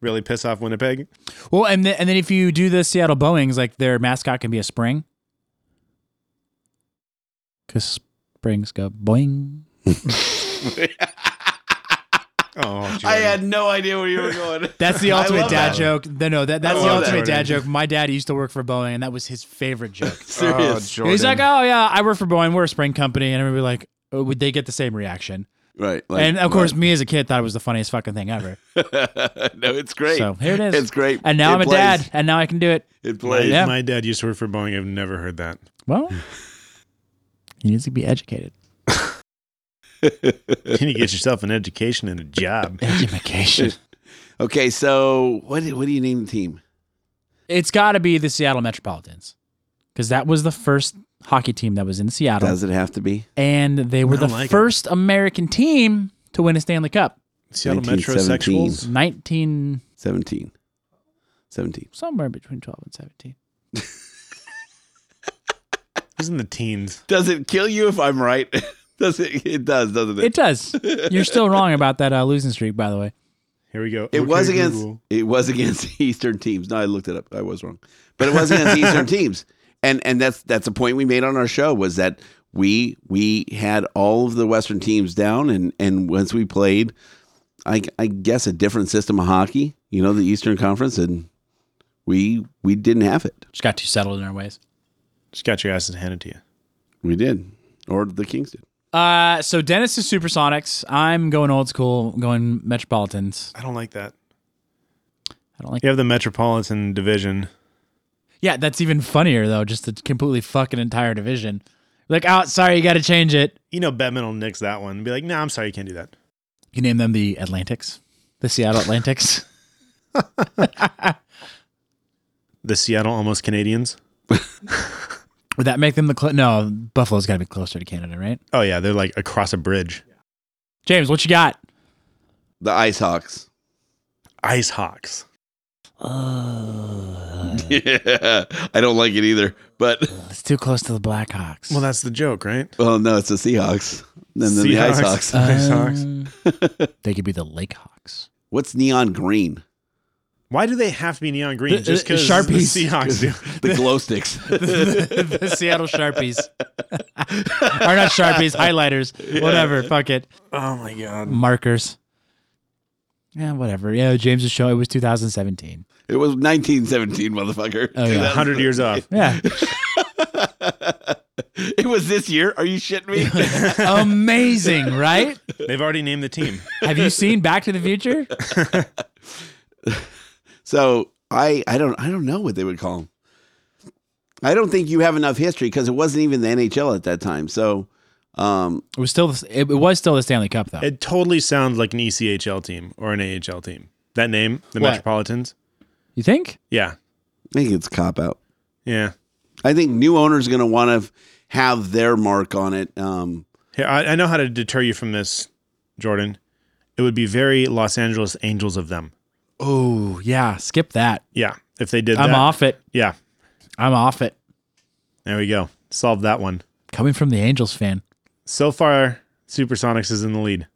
[SPEAKER 3] Really piss off Winnipeg.
[SPEAKER 4] Well, and then, and then if you do the Seattle Boeings, like their mascot can be a spring. Because springs go boing.
[SPEAKER 3] Oh,
[SPEAKER 5] I
[SPEAKER 3] Jordan.
[SPEAKER 5] had no idea where you were going.
[SPEAKER 4] That's the
[SPEAKER 5] I
[SPEAKER 4] ultimate
[SPEAKER 5] love
[SPEAKER 4] dad
[SPEAKER 5] that.
[SPEAKER 4] joke. No, no, that, that's the
[SPEAKER 5] love that.
[SPEAKER 4] ultimate dad joke. My dad used to work for Boeing, and that was his favorite joke.
[SPEAKER 5] Serious.
[SPEAKER 6] Jordan.
[SPEAKER 4] He's like, "Oh yeah, I work for Boeing. We're a spring company," and everybody like, oh, would they get the same reaction?
[SPEAKER 5] right. like-
[SPEAKER 4] and of course, me as a kid thought it was the funniest fucking thing ever.
[SPEAKER 5] no, it's great.
[SPEAKER 4] So here it is.
[SPEAKER 5] It's great.
[SPEAKER 4] And now
[SPEAKER 5] It
[SPEAKER 4] I'm a
[SPEAKER 5] plays.
[SPEAKER 4] dad, and now I can do it.
[SPEAKER 5] It
[SPEAKER 3] My,
[SPEAKER 5] plays.
[SPEAKER 4] Yeah.
[SPEAKER 3] my dad used to work for Boeing. I've never heard that.
[SPEAKER 4] Well, he needs to be educated.
[SPEAKER 3] You need to get yourself an education and a job.
[SPEAKER 4] Education.
[SPEAKER 5] Okay, so what do- what do you name the team?
[SPEAKER 4] it's got to be the Seattle Metropolitans because that was the first hockey team that was in Seattle,
[SPEAKER 5] Does it have to be?
[SPEAKER 4] and they were
[SPEAKER 3] I
[SPEAKER 4] the
[SPEAKER 3] like it.
[SPEAKER 4] first American team to win a Stanley Cup.
[SPEAKER 3] Seattle
[SPEAKER 5] 1917.
[SPEAKER 3] Metrosexuals.
[SPEAKER 4] 19
[SPEAKER 5] 17. 17.
[SPEAKER 4] somewhere between 12 and 17
[SPEAKER 3] Who's in the teens?
[SPEAKER 5] Does it kill you if I'm right? does it it does, doesn't it?
[SPEAKER 4] it does you're still wrong about that uh, losing streak by the way
[SPEAKER 3] Here we go.
[SPEAKER 5] It
[SPEAKER 3] Okay,
[SPEAKER 5] was against
[SPEAKER 3] Google.
[SPEAKER 5] it was against Eastern teams. No, I looked it up. I was wrong, but it was against Eastern teams, and and that's that's a point we made on our show was that we we had all of the Western teams down, and and once we played, I I guess a different system of hockey, you know, the Eastern Conference, and we we didn't have it.
[SPEAKER 4] just got too settled in our ways
[SPEAKER 3] Just got your asses handed to you.
[SPEAKER 5] We did, or the Kings did.
[SPEAKER 4] uh, so dennis is supersonics i'm going old school going metropolitans
[SPEAKER 3] I don't like that.
[SPEAKER 4] i don't like
[SPEAKER 3] You have the Metropolitan Division.
[SPEAKER 4] yeah that's even funnier though just to completely fuck an entire division like oh sorry you gotta change it
[SPEAKER 3] You know, Batman will nix that one and be like, "No, nah, I'm sorry, you can't do that."
[SPEAKER 4] you name them the atlantics the seattle atlantics
[SPEAKER 3] The Seattle Almost Canadians.
[SPEAKER 4] would that make them the cl- no buffalo's gotta be closer to canada right
[SPEAKER 3] Oh yeah, they're like across a bridge.
[SPEAKER 4] james what you got
[SPEAKER 5] The Ice Hawks.
[SPEAKER 3] Ice Hawks.
[SPEAKER 5] yeah, I don't like it either, but
[SPEAKER 4] it's too close to the blackhawks
[SPEAKER 3] Well, that's the joke, right?
[SPEAKER 5] well, no, it's the Seahawks, and then the Ice
[SPEAKER 3] Seahawks.
[SPEAKER 5] Hawks.
[SPEAKER 3] Ice Hawks.
[SPEAKER 4] Um, they could be the lake hawks
[SPEAKER 5] What's neon green?
[SPEAKER 3] Why do they have to be neon green?
[SPEAKER 4] The-
[SPEAKER 3] just
[SPEAKER 4] the
[SPEAKER 3] because the,
[SPEAKER 4] Sharpies.
[SPEAKER 3] Seahawks do.
[SPEAKER 5] The glow sticks.
[SPEAKER 4] the Seattle Sharpies. or not Sharpies, highlighters, whatever. Fuck it.
[SPEAKER 3] Oh my god.
[SPEAKER 4] Markers. Yeah, whatever. Yeah, James's show. It was 2017.
[SPEAKER 5] It was 1917, motherfucker.
[SPEAKER 4] Oh, yeah.
[SPEAKER 3] Hundred years off.
[SPEAKER 4] Yeah,
[SPEAKER 5] It was this year. Are you shitting me?
[SPEAKER 4] amazing, right?
[SPEAKER 3] They've already named the team.
[SPEAKER 4] Have you seen Back to the Future?
[SPEAKER 5] so I, I don't, I don't know what they would call him. I don't think you have enough history because it wasn't even the NHL at that time. So, um,
[SPEAKER 4] It was still the, it was still the Stanley Cup though.
[SPEAKER 3] It totally sounds like an E ECHL team or an AHL team. That name, the
[SPEAKER 4] What?
[SPEAKER 3] Metropolitans.
[SPEAKER 4] you think?
[SPEAKER 3] Yeah,
[SPEAKER 5] I think it's a cop out.
[SPEAKER 3] yeah.
[SPEAKER 5] I think new owners going to want to have their mark on it. Um,
[SPEAKER 3] Here, I, I know how to deter you from this, Jordan. It would be very Los Angeles Angels of them.
[SPEAKER 4] Oh yeah, skip that.
[SPEAKER 3] Yeah, if they did
[SPEAKER 4] I'm
[SPEAKER 3] that.
[SPEAKER 4] off it.
[SPEAKER 3] Yeah,
[SPEAKER 4] I'm off it.
[SPEAKER 3] there we go. Solve that one.
[SPEAKER 4] Coming from the Angels fan.
[SPEAKER 3] So far, Supersonics is in the lead.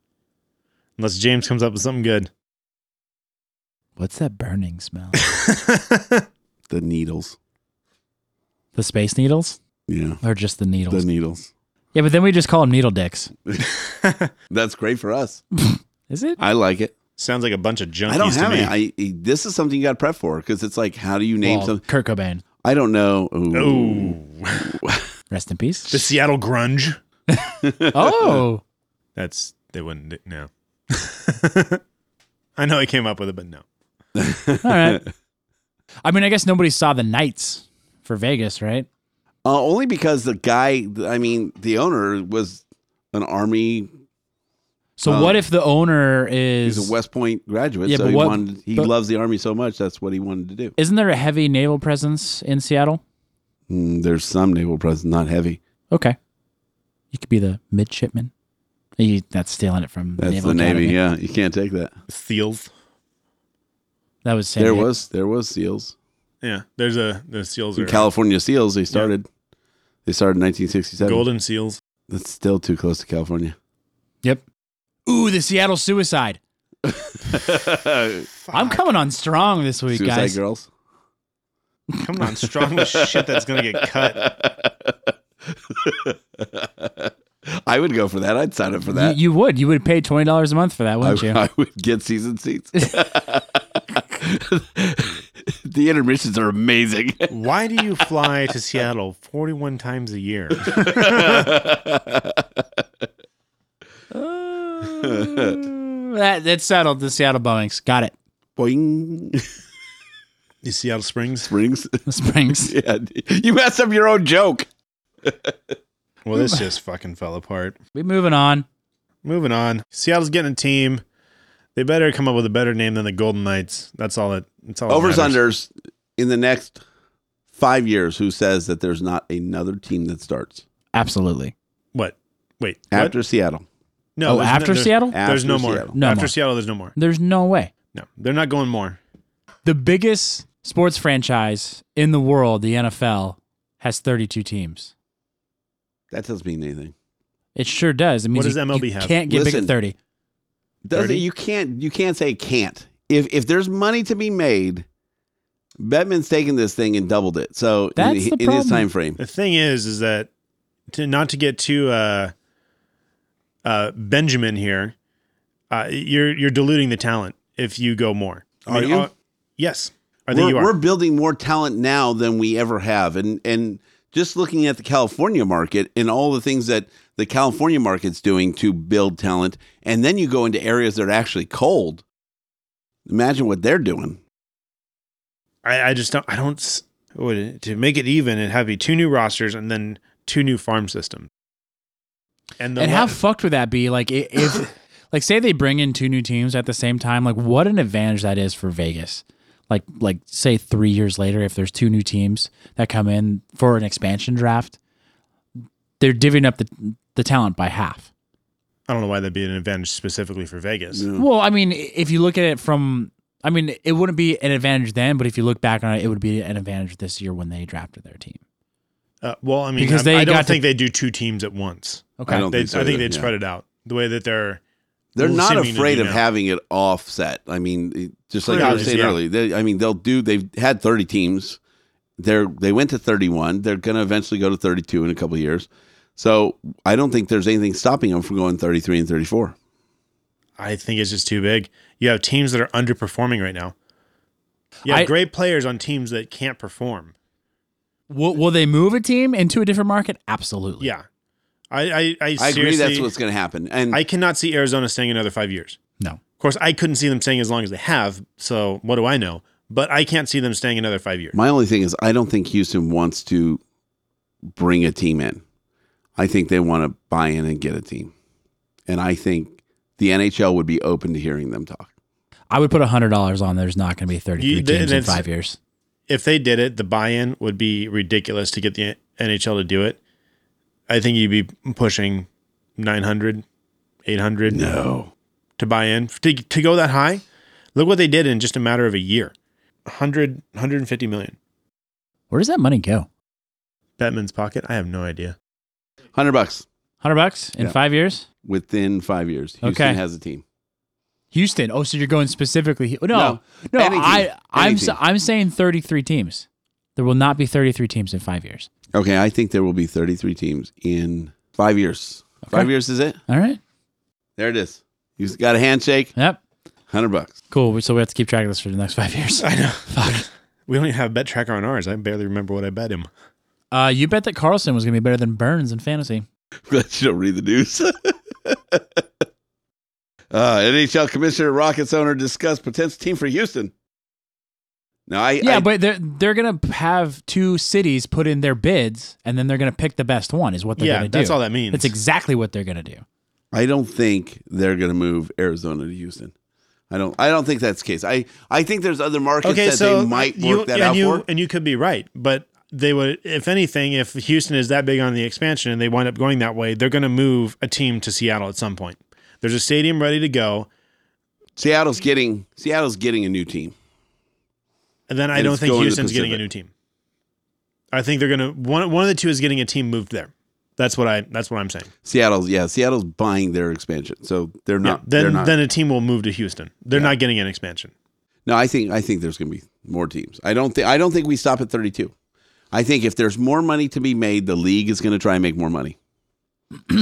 [SPEAKER 3] Unless James comes up with something good.
[SPEAKER 4] What's that burning smell?
[SPEAKER 5] the needles.
[SPEAKER 4] the space needles
[SPEAKER 5] Yeah.
[SPEAKER 4] or just the needles?
[SPEAKER 5] The needles.
[SPEAKER 4] yeah, but then we just call them needle dicks.
[SPEAKER 5] That's great for us.
[SPEAKER 4] Is it?
[SPEAKER 5] I like it.
[SPEAKER 3] Sounds like a bunch of junkies
[SPEAKER 5] I don't
[SPEAKER 3] to
[SPEAKER 5] have
[SPEAKER 3] me.
[SPEAKER 5] it. I, I- this is something you got to prep for because it's like, how do you name
[SPEAKER 4] Well,
[SPEAKER 5] something?
[SPEAKER 4] Kurt Cobain.
[SPEAKER 5] I don't know. Ooh.
[SPEAKER 3] oh,
[SPEAKER 4] Rest in peace.
[SPEAKER 3] the Seattle grunge.
[SPEAKER 4] Oh,
[SPEAKER 3] That's they wouldn't do, no. I know I came up with it, but no.
[SPEAKER 4] all right. I mean, I guess nobody saw the Knights for Vegas, right?
[SPEAKER 5] Uh, only because the guy, I mean, the owner was an army.
[SPEAKER 4] So
[SPEAKER 5] Um,
[SPEAKER 4] what if the owner is
[SPEAKER 5] He's a West Point graduate,
[SPEAKER 4] Yeah,
[SPEAKER 5] so
[SPEAKER 4] but
[SPEAKER 5] he
[SPEAKER 4] what-
[SPEAKER 5] wanted. He
[SPEAKER 4] but-
[SPEAKER 5] loves the army so much that's what he wanted to do.
[SPEAKER 4] Isn't there a heavy naval presence in Seattle?
[SPEAKER 5] Mm, there's some naval presence, not heavy.
[SPEAKER 4] Okay, you could be the midshipman. You, that's stealing it from
[SPEAKER 5] That's
[SPEAKER 4] Naval
[SPEAKER 5] the Navy. Yeah,
[SPEAKER 4] Academy.
[SPEAKER 5] you can't take that.
[SPEAKER 3] Seals.
[SPEAKER 4] That was San
[SPEAKER 5] there
[SPEAKER 4] Diego.
[SPEAKER 5] was there was seals.
[SPEAKER 3] Yeah, there's a the seals are
[SPEAKER 5] California seals. They started. They started in 1967.
[SPEAKER 3] golden seals.
[SPEAKER 5] That's still too close to California.
[SPEAKER 4] Yep. Ooh, the Seattle suicide. I'm coming on strong this week,
[SPEAKER 5] Suicide
[SPEAKER 4] guys.
[SPEAKER 5] Girls.
[SPEAKER 3] Coming on strong with shit that's gonna get cut.
[SPEAKER 5] I would go for that. I'd sign up for
[SPEAKER 4] You,
[SPEAKER 5] that.
[SPEAKER 4] you would. You would pay twenty dollars a month for that, wouldn't
[SPEAKER 5] I,
[SPEAKER 4] you?
[SPEAKER 5] I would get season seats. the intermissions are amazing.
[SPEAKER 3] Why do you fly to Seattle 41 times a year?
[SPEAKER 4] Uh, that that's settled. The Seattle Boeing's got it.
[SPEAKER 5] Boing.
[SPEAKER 3] You Seattle Springs?
[SPEAKER 5] Springs.
[SPEAKER 4] The Springs.
[SPEAKER 5] Yeah. You messed up your own joke.
[SPEAKER 3] Well, this just fucking fell apart.
[SPEAKER 4] we moving on.
[SPEAKER 3] Moving on. Seattle's getting a team. They better come up with a better name than the Golden Knights. That's all it. That's
[SPEAKER 4] Oh,
[SPEAKER 3] all. that
[SPEAKER 5] Overs
[SPEAKER 3] matters.
[SPEAKER 5] unders in the next five years. Who says that there's not another team that starts
[SPEAKER 4] Absolutely.
[SPEAKER 3] What? Wait. what?
[SPEAKER 5] after Seattle?
[SPEAKER 3] No.
[SPEAKER 4] oh,
[SPEAKER 3] there's
[SPEAKER 4] after
[SPEAKER 3] there's-
[SPEAKER 4] Seattle?
[SPEAKER 3] There's
[SPEAKER 5] After
[SPEAKER 3] no more.
[SPEAKER 5] Seattle.
[SPEAKER 4] No
[SPEAKER 3] after
[SPEAKER 4] more.
[SPEAKER 3] Seattle, there's no more.
[SPEAKER 4] There's no way.
[SPEAKER 3] No, they're not going more.
[SPEAKER 4] The biggest sports franchise in the world, the NFL, has 32 teams.
[SPEAKER 5] That doesn't mean anything.
[SPEAKER 4] It sure does. It means
[SPEAKER 3] What does
[SPEAKER 4] you-
[SPEAKER 3] MLB
[SPEAKER 4] you
[SPEAKER 3] have?
[SPEAKER 4] Can't get big
[SPEAKER 5] Listen.
[SPEAKER 4] at 30.
[SPEAKER 5] Doesn't
[SPEAKER 3] 30?
[SPEAKER 5] you can't you can't say can't. If if there's money to be made, Bettman's taken this thing and doubled it. So
[SPEAKER 4] That's
[SPEAKER 5] in,
[SPEAKER 4] the
[SPEAKER 5] in his
[SPEAKER 4] problem.
[SPEAKER 5] time frame.
[SPEAKER 3] The thing is, is that to not to get too uh, uh, Benjamin here, uh, you're you're diluting the talent if you go more.
[SPEAKER 5] Are you?
[SPEAKER 3] uh, yes, I think
[SPEAKER 5] We're,
[SPEAKER 3] you are.
[SPEAKER 5] we're building more talent now than we ever have. And and just looking at the California market and all the things that the California market's doing to build talent, and then you go into areas that are actually cold. Imagine what they're doing.
[SPEAKER 3] I, I just don't. I don't. s- Would, to make it even, it'd have to be two new rosters and then two new farm systems. And the
[SPEAKER 4] and
[SPEAKER 3] le-
[SPEAKER 4] how fucked would that be? Like, i- if, like, say they bring in two new teams at the same time, like, what an advantage that is for Vegas. Like, like, say three years later, if there's two new teams that come in for an expansion draft, they're divvying up the the talent by half.
[SPEAKER 3] I don't know why that'd be an advantage specifically for Vegas.
[SPEAKER 4] Well, I mean, i- if you look at it from, I mean, it wouldn't be an advantage then, but if you look back on it, it would be an advantage this year when they drafted their team.
[SPEAKER 3] Uh, well, I mean,
[SPEAKER 4] Because
[SPEAKER 3] I,
[SPEAKER 4] they
[SPEAKER 3] I don't
[SPEAKER 4] got to-
[SPEAKER 3] think they do two teams at once.
[SPEAKER 4] Okay.
[SPEAKER 5] I don't
[SPEAKER 3] They,
[SPEAKER 5] think so.
[SPEAKER 3] I think
[SPEAKER 5] either.
[SPEAKER 3] they'd
[SPEAKER 5] Yeah.
[SPEAKER 3] spread it out the way that they're.
[SPEAKER 5] They're
[SPEAKER 3] Well,
[SPEAKER 5] not
[SPEAKER 3] assuming they
[SPEAKER 5] afraid
[SPEAKER 3] do
[SPEAKER 5] of
[SPEAKER 3] now.
[SPEAKER 5] having it offset. I mean, it- just like
[SPEAKER 3] Yeah,
[SPEAKER 5] I was saying
[SPEAKER 3] yeah.
[SPEAKER 5] earlier, they, I mean, they'll do. They've had thirty teams. They're they went to thirty one. They're going to eventually go to thirty two in a couple of years. So I don't think there's anything stopping them from going thirty three and thirty four.
[SPEAKER 3] I think it's just too big. You have teams that are underperforming right now. You have
[SPEAKER 4] I-
[SPEAKER 3] great players on teams that can't perform.
[SPEAKER 4] Will, will they move a team into a different market? Absolutely.
[SPEAKER 3] Yeah, I I, I,
[SPEAKER 5] I agree.
[SPEAKER 3] seriously-
[SPEAKER 5] That's what's going to happen. And
[SPEAKER 3] I cannot see Arizona staying another five years.
[SPEAKER 4] No.
[SPEAKER 3] Of course, I couldn't see them staying as long as they have. So what do I know? But I can't see them staying another five years.
[SPEAKER 5] my only thing is, I don't think Houston wants to bring a team in. I think they want to buy in and get a team. And I think the NHL would be open to hearing them talk.
[SPEAKER 4] I would put $100 on there's not going to be 33
[SPEAKER 3] You- th-
[SPEAKER 4] teams in
[SPEAKER 3] that's-
[SPEAKER 4] five years.
[SPEAKER 3] if they did it, the buy-in would be ridiculous to get the NHL to do it. I think you'd be pushing 900, 800
[SPEAKER 5] No.
[SPEAKER 3] to buy in to, to go that high. Look what they did in just a matter of a year. 100 150 million.
[SPEAKER 4] Where does that money go?
[SPEAKER 3] Batman's pocket? I have no idea.
[SPEAKER 5] Hundred bucks
[SPEAKER 4] 100 bucks in
[SPEAKER 5] Yeah.
[SPEAKER 4] five years?
[SPEAKER 5] within five years. Houston
[SPEAKER 4] Okay.
[SPEAKER 5] has a team.
[SPEAKER 4] Houston. Oh, so you're going specifically. No, no,
[SPEAKER 5] No. Any team.
[SPEAKER 4] I, I'm,
[SPEAKER 5] Any
[SPEAKER 4] s-
[SPEAKER 5] team.
[SPEAKER 4] I'm saying 33 teams. There will not be 33 teams in five years.
[SPEAKER 5] Okay, I think there will be 33 teams in five years. Five years is it?
[SPEAKER 4] All right.
[SPEAKER 5] There it is. You got a handshake,
[SPEAKER 4] Yep.
[SPEAKER 5] hundred bucks.
[SPEAKER 4] Cool. So we have to keep track of this for the next five years.
[SPEAKER 3] I know. We don't even have a bet tracker on ours. I barely remember what I bet him.
[SPEAKER 4] Uh, you bet that Carlson was going to be better than Burns in fantasy.
[SPEAKER 5] Glad you don't read the news. uh, NHL Commissioner Rockets owner discussed potential team for Houston. No, I
[SPEAKER 4] Yeah,
[SPEAKER 5] I,
[SPEAKER 4] but they're they're gonna have two cities put in their bids, and then they're gonna pick the best one. Is what they're
[SPEAKER 3] Yeah,
[SPEAKER 4] gonna do.
[SPEAKER 3] that's all that means.
[SPEAKER 4] That's exactly what they're gonna do.
[SPEAKER 5] I don't think they're going to move Arizona to Houston. I don't. I don't think that's the case. I, I think there's other markets
[SPEAKER 3] okay,
[SPEAKER 5] that
[SPEAKER 3] so uh,
[SPEAKER 5] they might work
[SPEAKER 3] you,
[SPEAKER 5] that
[SPEAKER 3] and
[SPEAKER 5] out
[SPEAKER 3] you,
[SPEAKER 5] for.
[SPEAKER 3] And you could be right, but they would, if anything, if Houston is that big on the expansion and they wind up going that way, they're going to move a team to Seattle at some point. There's a stadium ready to go,
[SPEAKER 5] Seattle's getting Seattle's getting a new team.
[SPEAKER 3] and then I
[SPEAKER 5] And
[SPEAKER 3] don't
[SPEAKER 5] it's
[SPEAKER 3] think
[SPEAKER 5] going to the
[SPEAKER 3] Houston's getting a
[SPEAKER 5] Pacific.
[SPEAKER 3] new team. I think they're going to one one of the two is getting a team moved there. That's what I that's what I'm saying.
[SPEAKER 5] Seattle's yeah. Seattle's buying their expansion, so they're
[SPEAKER 3] Yeah,
[SPEAKER 5] not. they're
[SPEAKER 3] then
[SPEAKER 5] not.
[SPEAKER 3] then a team will move to Houston. They're not getting an expansion.
[SPEAKER 5] no, I think I think there's going to be more teams. I don't think I don't think we stop at 32. I think if there's more money to be made, the league is going to try and make more money.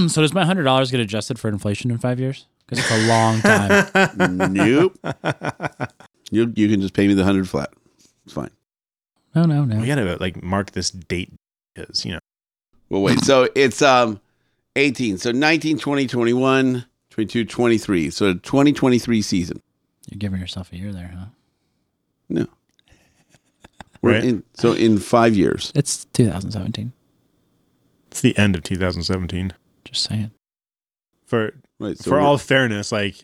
[SPEAKER 4] so does my hundred dollars get adjusted for inflation in five years? Because it's a long time.
[SPEAKER 5] nope. You you can just pay me the hundred flat. It's fine.
[SPEAKER 4] No, no, no.
[SPEAKER 3] We got to like mark this date because you know
[SPEAKER 5] Well, wait. So it's um 18. So 19, 20, 21, 22, 23. So 2023 season.
[SPEAKER 4] You're giving yourself a year there, huh?
[SPEAKER 5] No. We're
[SPEAKER 3] Right.
[SPEAKER 5] in, so in five years.
[SPEAKER 4] It's 2017.
[SPEAKER 3] it's the end of 2017
[SPEAKER 4] Just saying.
[SPEAKER 3] for
[SPEAKER 5] Right. So
[SPEAKER 3] for
[SPEAKER 5] we're-
[SPEAKER 3] all fairness, like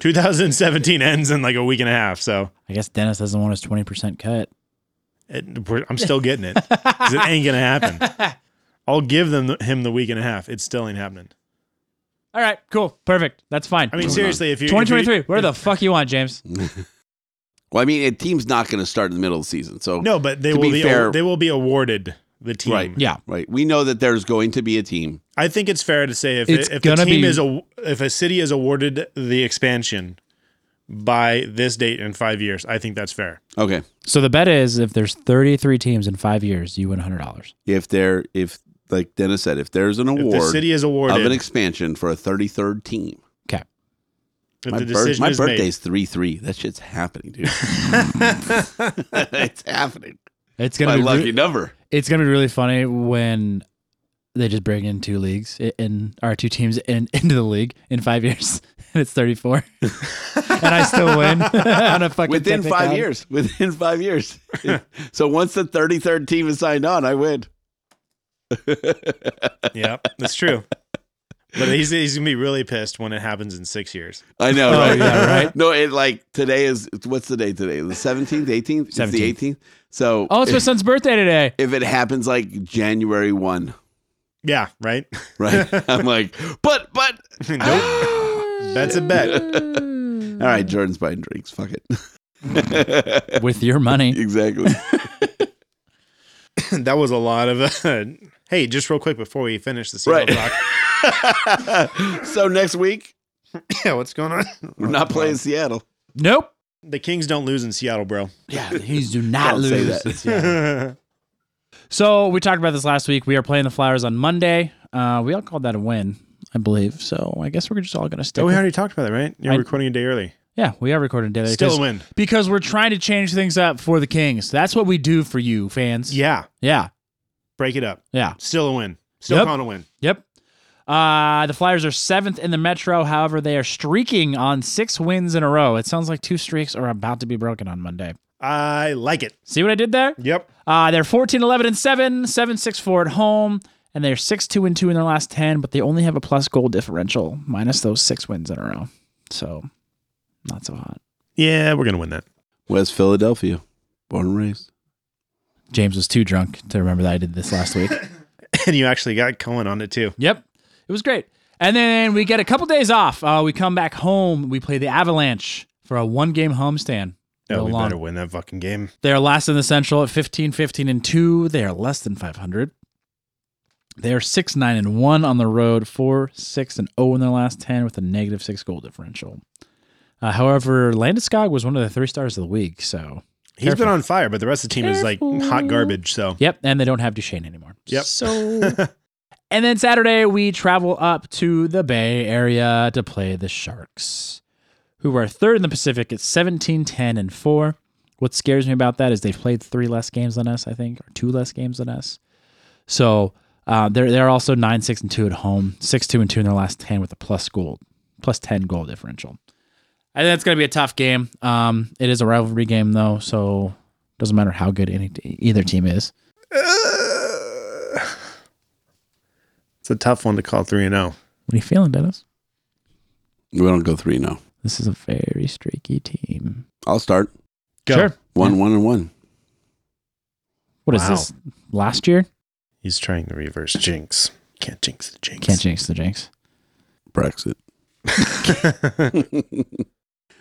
[SPEAKER 3] 2017 ends in like a week and a half, so
[SPEAKER 4] I guess Dennis doesn't want his 20% cut.
[SPEAKER 3] it, we're, I'm still getting it 'Cause it ain't gonna happen. I'll give them the, him the week and a half. It still ain't happening.
[SPEAKER 4] All right, cool, perfect. That's fine.
[SPEAKER 3] I mean, seriously, if you if you-
[SPEAKER 4] 2023. Where the fuck you want, James?
[SPEAKER 5] Well, I mean, a team's not going to start in the middle of the season. So
[SPEAKER 3] no, but they
[SPEAKER 5] to
[SPEAKER 3] will
[SPEAKER 5] be
[SPEAKER 3] be,
[SPEAKER 5] fair-
[SPEAKER 3] they will be awarded the team.
[SPEAKER 5] Right.
[SPEAKER 4] Yeah.
[SPEAKER 5] Right. We know that there's going to be a team.
[SPEAKER 3] I think it's fair to say if
[SPEAKER 4] It's
[SPEAKER 3] if the
[SPEAKER 4] gonna
[SPEAKER 3] team
[SPEAKER 4] be-
[SPEAKER 3] is a if a city is awarded the expansion by this date in five years, I think that's fair.
[SPEAKER 5] Okay.
[SPEAKER 4] So the bet is if there's 33 teams in five years, you win $100.
[SPEAKER 5] If there, if like Dennis said, if there's an
[SPEAKER 3] If
[SPEAKER 5] award
[SPEAKER 3] the city is
[SPEAKER 5] of
[SPEAKER 3] awarded,
[SPEAKER 5] an expansion for a 33rd team,
[SPEAKER 4] Okay.
[SPEAKER 3] if
[SPEAKER 5] my,
[SPEAKER 3] the
[SPEAKER 5] birth-
[SPEAKER 3] decision
[SPEAKER 5] my
[SPEAKER 3] is made,
[SPEAKER 5] birthday's 3 3. That shit's happening, dude. it's happening.
[SPEAKER 4] It's
[SPEAKER 5] My
[SPEAKER 4] gonna be
[SPEAKER 5] lucky
[SPEAKER 4] re-
[SPEAKER 5] number.
[SPEAKER 4] it's gonna be really funny when they just bring in two leagues i- in our two teams in into the league in five years, and it's 34, and I still win on a fucking
[SPEAKER 5] within five
[SPEAKER 4] technicality.
[SPEAKER 5] years. Within five years. so once the thirty third team is signed on, I win.
[SPEAKER 3] yeah, that's true. But he's, he's gonna be really pissed when it happens in six years.
[SPEAKER 5] I know,
[SPEAKER 3] Oh,
[SPEAKER 5] right?
[SPEAKER 4] yeah, right.
[SPEAKER 5] No, it like today is what's the day today? The seventeenth, eighteenth? It's the
[SPEAKER 4] 17th.
[SPEAKER 5] eighteenth. So
[SPEAKER 4] Oh, it's my
[SPEAKER 5] if,
[SPEAKER 4] son's birthday today.
[SPEAKER 5] if it happens like January one,
[SPEAKER 3] Yeah, right.
[SPEAKER 5] right? I'm like, but but
[SPEAKER 3] nope, that's a bet.
[SPEAKER 5] all right, Jordan's buying drinks. Fuck it.
[SPEAKER 4] With your money,
[SPEAKER 5] exactly.
[SPEAKER 3] that was a lot of. Uh, hey, just real quick before we finish the
[SPEAKER 5] Right.
[SPEAKER 3] right. block.
[SPEAKER 5] so next week
[SPEAKER 3] yeah, what's going on?
[SPEAKER 5] we're not playing Seattle.
[SPEAKER 4] nope.
[SPEAKER 3] The Kings don't lose in Seattle, bro.
[SPEAKER 4] Yeah, he's do not
[SPEAKER 5] Don't say
[SPEAKER 4] lose.
[SPEAKER 5] that.
[SPEAKER 4] Yeah. So we talked about this last week. We are playing the Flyers on Monday. Uh, we all called that a win, I believe. So I guess we're just all going to stick.
[SPEAKER 3] Oh, we
[SPEAKER 4] with-
[SPEAKER 3] already talked about that, right? You're
[SPEAKER 4] I-
[SPEAKER 3] recording a day early.
[SPEAKER 4] yeah, we are recording today.
[SPEAKER 3] Still
[SPEAKER 4] because-
[SPEAKER 3] a win.
[SPEAKER 4] because we're trying to change things up for the Kings. That's what we do for you fans.
[SPEAKER 3] Yeah,
[SPEAKER 4] yeah,
[SPEAKER 3] break it up.
[SPEAKER 4] yeah.
[SPEAKER 3] Still a win. Still
[SPEAKER 4] Yep.
[SPEAKER 3] on a win.
[SPEAKER 4] Yep. Uh, the Flyers are seventh in the Metro. However, they are streaking on six wins in a row. It sounds like two streaks are about to be broken on Monday.
[SPEAKER 3] I like it.
[SPEAKER 4] See what I did there?
[SPEAKER 3] Yep.
[SPEAKER 4] Uh, they're 14, 11, and 7, 7, 6, 4 at home, and they're 6, 2, and 2 in their last 10, but they only have a plus goal differential, minus those six wins in a row. So, not so hot.
[SPEAKER 3] Yeah, we're gonna win that.
[SPEAKER 5] West Philadelphia. Born and raised.
[SPEAKER 4] James was too drunk to remember that I did this last week.
[SPEAKER 3] And you actually got Cohen on it too.
[SPEAKER 4] Yep. It was great. And then we get a couple days off. Uh, we come back home. We play the Avalanche for a one game homestand.
[SPEAKER 3] Oh,
[SPEAKER 4] Go
[SPEAKER 3] we
[SPEAKER 4] long.
[SPEAKER 3] better win that fucking game.
[SPEAKER 4] They are last in the Central at 15, 15, and 2. They are less than 500. They are 6, 9, and 1 on the road, 4, 6, and 0 in their last 10 with a negative 6 goal differential. Uh, however, Landeskog was one of the three stars of the week. So,
[SPEAKER 3] He's been
[SPEAKER 4] Careful.
[SPEAKER 3] on fire, but the rest of the team is like hot garbage. So
[SPEAKER 4] yep. And they don't have Duchesne anymore.
[SPEAKER 3] Yep.
[SPEAKER 4] So, and then Saturday, we travel up to the Bay Area to play the Sharks, who are third in the Pacific at 17, 10, and 4. What scares me about that is they've played three less games than us, I think, or two less games than us. So uh, they're they're also nine six and two at home, six two and two in their last ten with a plus goal, plus ten goal differential. I think that's going to be a tough game. Um, it is a rivalry game though, so Doesn't matter how good any either team is.
[SPEAKER 3] It's a tough one to call three and oh. zero.
[SPEAKER 4] What are you feeling, Dennis?
[SPEAKER 5] We don't go three no.
[SPEAKER 4] This is a very streaky team.
[SPEAKER 5] I'll start
[SPEAKER 3] Go.
[SPEAKER 5] one one and one.
[SPEAKER 4] What is
[SPEAKER 3] Wow.
[SPEAKER 4] this? Last year?
[SPEAKER 3] He's trying to reverse jinx. Can't jinx the jinx.
[SPEAKER 4] Can't jinx the jinx.
[SPEAKER 5] Brexit.
[SPEAKER 3] Uh,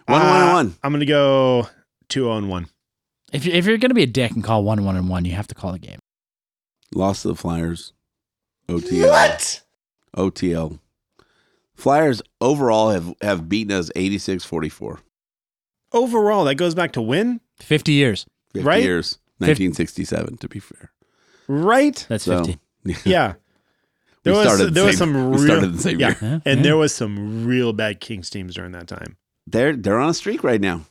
[SPEAKER 5] One one
[SPEAKER 3] Ah.
[SPEAKER 5] and one.
[SPEAKER 3] I'm gonna go two zero and one.
[SPEAKER 4] If you're, if you're going to be a dick and call one one and one, you have to call the game.
[SPEAKER 5] Lost to the Flyers. OTL. What? OTL. Flyers overall have, have beaten us 86 44.
[SPEAKER 3] Overall, that goes back to win,
[SPEAKER 4] 50 years.
[SPEAKER 5] 50
[SPEAKER 3] Right?
[SPEAKER 5] years. 1967, to be fair.
[SPEAKER 3] right?
[SPEAKER 4] That's
[SPEAKER 5] So,
[SPEAKER 4] 50.
[SPEAKER 3] Yeah.
[SPEAKER 5] We
[SPEAKER 3] There was
[SPEAKER 5] started the
[SPEAKER 3] there was
[SPEAKER 5] same-
[SPEAKER 3] some
[SPEAKER 5] we
[SPEAKER 3] real
[SPEAKER 5] started the same
[SPEAKER 3] yeah,
[SPEAKER 5] year.
[SPEAKER 4] Yeah,
[SPEAKER 3] and
[SPEAKER 4] yeah.
[SPEAKER 3] there was some real bad Kings teams during that time.
[SPEAKER 5] They're, they're on a streak right now.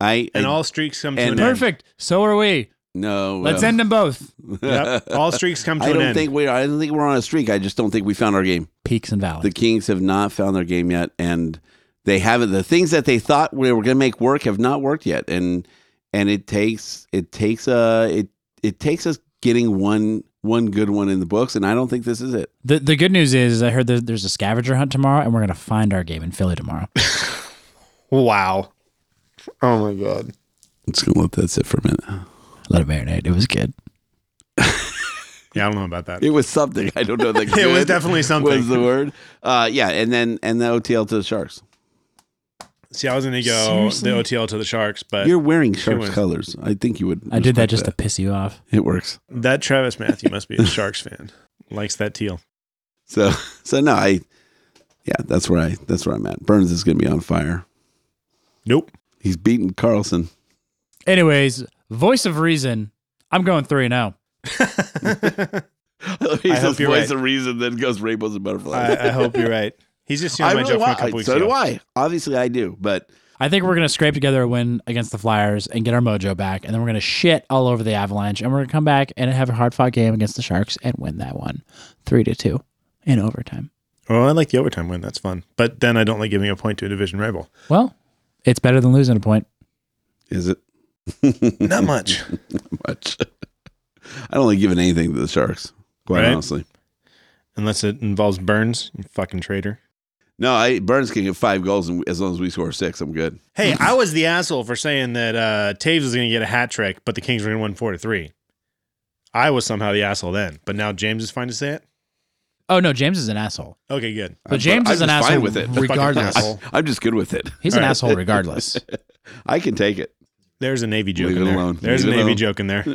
[SPEAKER 5] I,
[SPEAKER 3] And
[SPEAKER 5] I-
[SPEAKER 3] all streaks come to
[SPEAKER 5] and-
[SPEAKER 3] an
[SPEAKER 4] Perfect. So are we.
[SPEAKER 5] no.
[SPEAKER 4] Let's
[SPEAKER 5] uh,
[SPEAKER 4] end them both.
[SPEAKER 3] end. Yep, all streaks come to
[SPEAKER 5] I
[SPEAKER 3] an
[SPEAKER 5] don't
[SPEAKER 3] end.
[SPEAKER 5] think we are. I don't think we're on a streak. I just don't think we found our game.
[SPEAKER 4] Peaks and valleys.
[SPEAKER 5] The Kings have not found their game yet, and they haven't. The things that they thought we were going to make work have not worked yet, and and it takes it takes uh it it takes us getting one one good one in the books, and I don't think this is it.
[SPEAKER 4] The, the good news is, is I heard that there's a scavenger hunt tomorrow, and we're going to find our game in Philly tomorrow.
[SPEAKER 3] wow. Oh my god.
[SPEAKER 5] I'm just gonna let that sit for a minute.
[SPEAKER 4] Let it marinate. It was good.
[SPEAKER 3] Yeah, I don't know about that.
[SPEAKER 5] It was something. I don't know. That
[SPEAKER 3] It was
[SPEAKER 5] good
[SPEAKER 3] definitely something.
[SPEAKER 5] Was the word? Uh, yeah, and then and the OTL to the Sharks.
[SPEAKER 3] See, I was gonna go
[SPEAKER 4] Seriously?
[SPEAKER 3] the OTL to the Sharks, but
[SPEAKER 5] You're wearing Sharks
[SPEAKER 3] wins?
[SPEAKER 5] colors. I think you would.
[SPEAKER 4] I did
[SPEAKER 5] respect
[SPEAKER 4] that just to piss you off.
[SPEAKER 5] it works.
[SPEAKER 3] that Travis Matthew must be a Sharks fan. Likes that teal.
[SPEAKER 5] So so no, I yeah, that's where I that's where I'm at. Burns is gonna be on fire.
[SPEAKER 3] Nope.
[SPEAKER 5] He's beaten Carlson.
[SPEAKER 4] Anyways, voice of reason. I'm going three oh. now.
[SPEAKER 5] he
[SPEAKER 3] I hope
[SPEAKER 5] says
[SPEAKER 3] you're
[SPEAKER 5] voice
[SPEAKER 3] right.
[SPEAKER 5] of reason, then goes rainbows and butterflies.
[SPEAKER 3] I, I hope you're right. He's just stealing my joke from a couple
[SPEAKER 5] I,
[SPEAKER 3] weeks
[SPEAKER 5] so
[SPEAKER 3] ago.
[SPEAKER 5] do I. Obviously, I do. But
[SPEAKER 4] I think we're gonna scrape together a win against the Flyers and get our mojo back, and then we're gonna shit all over the Avalanche, and we're gonna come back and have a hard fought game against the Sharks and win that one, three to two, in overtime.
[SPEAKER 3] Well, I like the overtime win. That's fun. But then I don't like giving a point to a division rival.
[SPEAKER 4] Well, it's better than losing a point.
[SPEAKER 5] is it
[SPEAKER 3] Not much.
[SPEAKER 5] much? I don't like giving anything to the Sharks. Quite
[SPEAKER 3] Right.
[SPEAKER 5] honestly,
[SPEAKER 3] Unless it involves Burns, you fucking traitor. and
[SPEAKER 5] no. I Burns can get five goals, and as long as we score six, I'm good.
[SPEAKER 3] Hey, I was the asshole for saying that uh, Taves was going to get a hat trick, but the Kings were going to win 4 to 3. I was somehow the asshole then, but now James is fine to say it.
[SPEAKER 4] Oh no, James is an asshole,
[SPEAKER 3] Okay, good.
[SPEAKER 4] but James
[SPEAKER 5] I'm
[SPEAKER 4] is an
[SPEAKER 5] just fine
[SPEAKER 4] asshole
[SPEAKER 5] with it. Fucking
[SPEAKER 4] regardless.
[SPEAKER 3] asshole.
[SPEAKER 5] I'm just good with it.
[SPEAKER 4] He's
[SPEAKER 3] All
[SPEAKER 4] an
[SPEAKER 3] right.
[SPEAKER 4] asshole regardless.
[SPEAKER 5] I can take it.
[SPEAKER 3] There's a Navy joke
[SPEAKER 5] Leave
[SPEAKER 3] in
[SPEAKER 5] it
[SPEAKER 3] there.
[SPEAKER 5] alone.
[SPEAKER 3] There's
[SPEAKER 5] Leave
[SPEAKER 3] a
[SPEAKER 5] it
[SPEAKER 3] Navy
[SPEAKER 5] alone.
[SPEAKER 3] joke in there.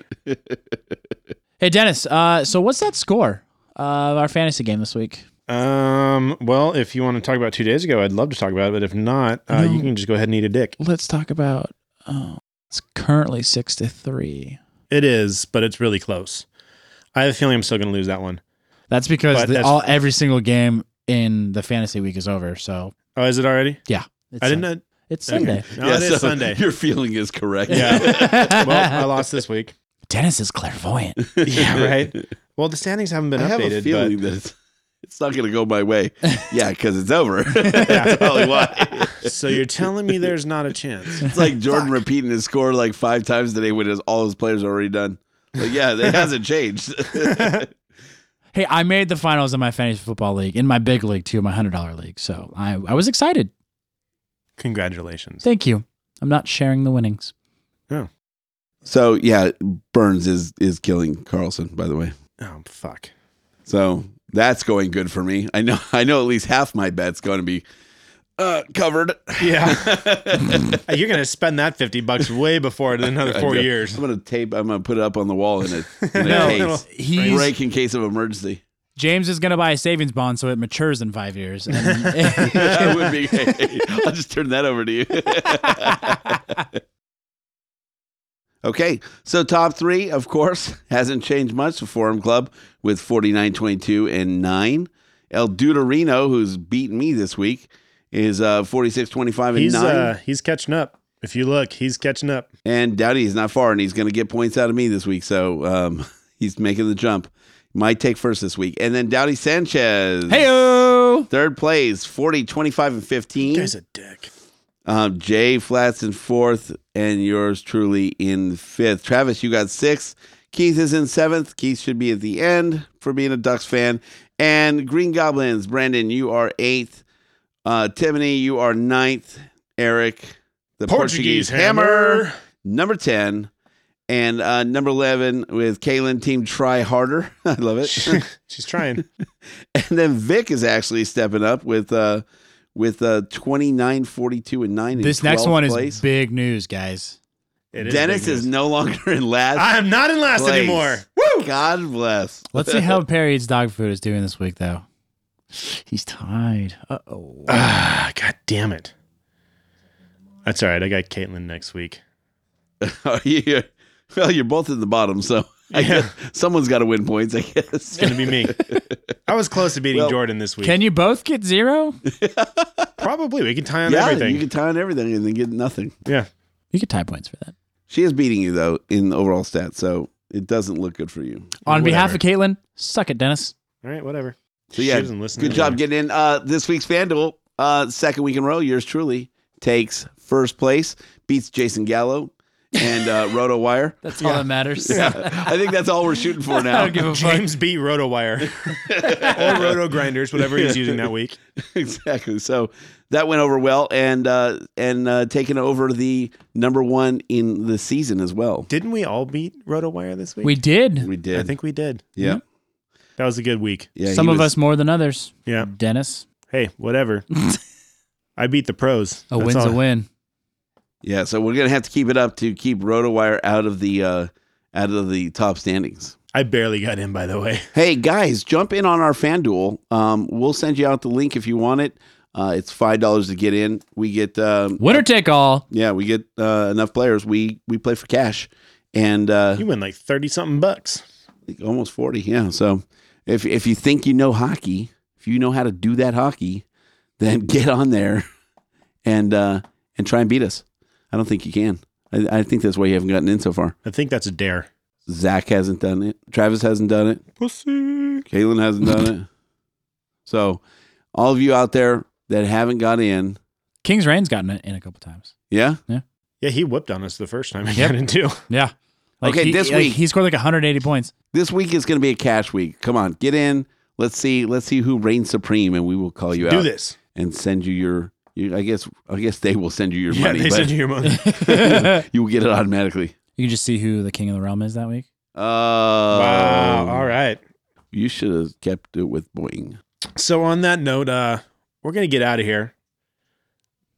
[SPEAKER 4] hey Dennis, uh, so what's that score uh, of our fantasy game this week?
[SPEAKER 3] Um, well, if you want to talk about two days ago, I'd love to talk about it, but if not, uh,
[SPEAKER 4] No.
[SPEAKER 3] you can just go ahead and eat a dick.
[SPEAKER 4] Let's talk about. Oh, it's currently six to three.
[SPEAKER 3] It is, but it's really close. I have a feeling I'm still going to lose that one.
[SPEAKER 4] That's because
[SPEAKER 3] But
[SPEAKER 4] the,
[SPEAKER 3] that's-
[SPEAKER 4] all every single game in the fantasy week is over. So
[SPEAKER 3] Oh, is it already?
[SPEAKER 4] yeah, it's
[SPEAKER 3] I didn't
[SPEAKER 4] Sun-
[SPEAKER 3] know.
[SPEAKER 4] It's
[SPEAKER 3] okay.
[SPEAKER 4] Sunday.
[SPEAKER 3] No, it is
[SPEAKER 5] so
[SPEAKER 3] Sunday.
[SPEAKER 5] Your feeling is correct.
[SPEAKER 3] Yeah. well, I lost this week.
[SPEAKER 4] Dennis is clairvoyant.
[SPEAKER 3] Yeah, right. Well, the standings haven't been
[SPEAKER 5] I have a
[SPEAKER 3] updated,
[SPEAKER 5] feeling
[SPEAKER 3] but
[SPEAKER 5] that it's, it's not going to go my way. Yeah, because it's over. That's probably why.
[SPEAKER 3] so you're telling me there's not a chance.
[SPEAKER 5] It's like Jordan repeating his score like five times today when his, all his players are already done. Like, yeah, it hasn't changed.
[SPEAKER 4] hey, I made the finals in my fantasy football league, in my big league too, my hundred dollar league. So I, I was excited.
[SPEAKER 3] Congratulations. Oh.
[SPEAKER 4] Thank you. I'm not sharing the winnings.
[SPEAKER 5] so yeah, Burns is is killing Carlson. By the way,
[SPEAKER 3] Oh fuck.
[SPEAKER 5] so that's going good for me. I know. I know at least half my bet's going to be uh, covered.
[SPEAKER 3] Yeah. you're gonna spend that fifty bucks way before in another four years.
[SPEAKER 5] I'm going to tape. I'm going to put it up on the wall in a, in a
[SPEAKER 3] No,
[SPEAKER 5] case.
[SPEAKER 4] He's
[SPEAKER 5] Break in case of emergency.
[SPEAKER 4] James is gonna buy a savings bond so it matures in five years.
[SPEAKER 5] that
[SPEAKER 4] And
[SPEAKER 5] would be I'll just turn that over to you. okay, so top three, of course, hasn't changed much. The Forum Club with 49, 22, and 9. El Duderino, who's beaten me this week, is uh, 46, 25, and
[SPEAKER 3] He's
[SPEAKER 5] 9.
[SPEAKER 3] uh, he's catching up. If you look, he's catching up.
[SPEAKER 5] And Dowdy is not far, and he's going to get points out of me this week. So um, he's making the jump. My take first this week. And then Dowdy Sanchez.
[SPEAKER 4] hey Oh.
[SPEAKER 5] Third place, 40, 25, and 15.
[SPEAKER 3] There's a dick.
[SPEAKER 5] Um, Jay Flats in fourth, and yours truly in fifth. Travis, you got sixth. Keith is in seventh. Keith should be at the end for being a Ducks fan. And Green Goblins, Brandon, you are eighth. Uh, Tiffany, you are ninth. Eric, the Portuguese, hammer. number 10. And uh, number 11 with Kaylin, Team Try Harder. I love it.
[SPEAKER 3] She's trying.
[SPEAKER 5] and then Vic is actually stepping up with uh with uh 29 42 and 9 in
[SPEAKER 4] This next
[SPEAKER 5] 12th
[SPEAKER 4] one is
[SPEAKER 5] place.
[SPEAKER 4] big news, guys.
[SPEAKER 3] It
[SPEAKER 5] Dennis
[SPEAKER 3] big
[SPEAKER 5] is
[SPEAKER 3] news.
[SPEAKER 5] no longer in last
[SPEAKER 3] I am not in last
[SPEAKER 5] place.
[SPEAKER 3] anymore.
[SPEAKER 5] Woo! God bless.
[SPEAKER 4] Let's see how Perry eats dog food is doing this week, though. He's tied. Uh oh.
[SPEAKER 3] Ah, God damn it. That's all right. I got Caitlin next week.
[SPEAKER 5] Are Oh, you- well, you're both at the bottom, so I guess someone's got to win points, I guess.
[SPEAKER 3] Gonna be me. I was close to beating
[SPEAKER 5] Well,
[SPEAKER 3] Jordan this week.
[SPEAKER 4] Can you both get zero?
[SPEAKER 3] Probably we can tie on
[SPEAKER 5] yeah,
[SPEAKER 3] everything.
[SPEAKER 5] you can tie on everything and then get nothing.
[SPEAKER 3] yeah.
[SPEAKER 4] You could tie points for that.
[SPEAKER 5] She is beating you though in overall stats, so it doesn't look good for you.
[SPEAKER 4] On behalf of Caitlin, suck it, Dennis.
[SPEAKER 3] All right, whatever.
[SPEAKER 5] So yeah,
[SPEAKER 3] She doesn't listen
[SPEAKER 5] good
[SPEAKER 3] anyway.
[SPEAKER 5] job getting in. Uh, this week's FanDuel, uh, second week in a row, yours truly takes first place, beats Jason Gallo and uh, RotoWire.
[SPEAKER 4] That's all that matters.
[SPEAKER 5] I think that's all we're shooting for
[SPEAKER 4] I
[SPEAKER 5] now.
[SPEAKER 4] don't give a fuck.
[SPEAKER 3] James beat RotoWire or Roto Grinders, whatever he's using that week.
[SPEAKER 5] exactly. So that went over well, and uh, and uh, taking over the number one in the season as well.
[SPEAKER 3] Didn't we all beat RotoWire this week?
[SPEAKER 4] We did.
[SPEAKER 5] We did.
[SPEAKER 3] I think we did.
[SPEAKER 5] Yeah.
[SPEAKER 3] That was a good week.
[SPEAKER 5] Yeah.
[SPEAKER 4] Some
[SPEAKER 5] he
[SPEAKER 4] of
[SPEAKER 5] was-
[SPEAKER 4] us more than others.
[SPEAKER 3] Yeah.
[SPEAKER 4] Dennis,
[SPEAKER 3] Hey, whatever. I beat the pros.
[SPEAKER 4] a
[SPEAKER 3] That's
[SPEAKER 4] win's
[SPEAKER 3] all.
[SPEAKER 4] a win.
[SPEAKER 5] Yeah. So we're gonna have to keep it up to keep RotoWire out of the uh, out of the top standings.
[SPEAKER 3] I barely got in, by the way.
[SPEAKER 5] Hey guys, jump in on our FanDuel. Um, we'll send you out the link if you want it. Uh, it's five dollars to get in. We get um,
[SPEAKER 4] Winner take all.
[SPEAKER 5] yeah, we get uh, enough players. We we play for cash and uh,
[SPEAKER 3] You win like 30 something bucks.
[SPEAKER 5] almost forty. Yeah, so if if you think you know hockey, if you know how to do that hockey, then get on there and uh, and try and beat us. I don't think you can. I, I think that's why you haven't gotten in so far.
[SPEAKER 3] I think that's a dare.
[SPEAKER 5] Zach hasn't done it. Travis hasn't done it.
[SPEAKER 3] Pussy.
[SPEAKER 5] Caitlin hasn't done it. So, all of you out there that haven't got in,
[SPEAKER 4] King's Reign's gotten it in a couple times.
[SPEAKER 5] yeah,
[SPEAKER 3] Yeah, he whipped on us the first time I
[SPEAKER 4] Yep.
[SPEAKER 3] got in too.
[SPEAKER 4] Yeah.
[SPEAKER 5] Okay,
[SPEAKER 4] he-
[SPEAKER 5] this
[SPEAKER 4] like,
[SPEAKER 5] week-
[SPEAKER 4] he scored like 180 points.
[SPEAKER 5] this week is going to be a cash week. Come on, get in. Let's see. Let's see who reigns supreme, and we will call you
[SPEAKER 3] Do
[SPEAKER 5] out
[SPEAKER 3] this.
[SPEAKER 5] and send you your. You, I guess. I guess they will send you your
[SPEAKER 3] Yeah,
[SPEAKER 5] money,
[SPEAKER 3] they
[SPEAKER 5] but
[SPEAKER 3] send you your money.
[SPEAKER 5] you will get it automatically.
[SPEAKER 4] You can just see who the king of the realm is that week.
[SPEAKER 5] Oh,
[SPEAKER 3] wow. All right.
[SPEAKER 5] Uh, You should have kept it with Boing.
[SPEAKER 3] So on that note, uh, we're gonna get out of here.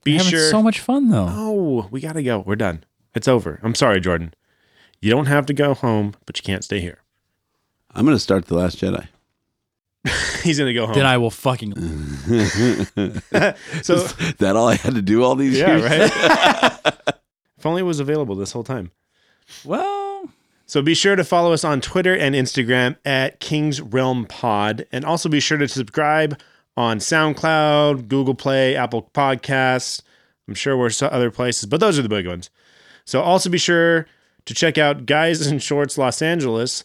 [SPEAKER 3] Be
[SPEAKER 4] We're having
[SPEAKER 3] sure.
[SPEAKER 4] so much fun though.
[SPEAKER 3] oh, we gotta go. We're done. It's over. I'm sorry, Jordan. You don't have to go home, but you can't stay here.
[SPEAKER 5] I'm going to start the Last Jedi.
[SPEAKER 3] He's gonna go home.
[SPEAKER 4] Then I will fucking.
[SPEAKER 3] Mm. so
[SPEAKER 5] that all I had to do all these years.
[SPEAKER 3] yeah, right. if only it was available this whole time.
[SPEAKER 4] Well,
[SPEAKER 3] So be sure to follow us on Twitter and Instagram at King's Realm Pod, and also be sure to subscribe on SoundCloud, Google Play, Apple Podcasts. I'm sure we're so- other places, but those are the big ones. So also be sure to check out Guys in Shorts Los Angeles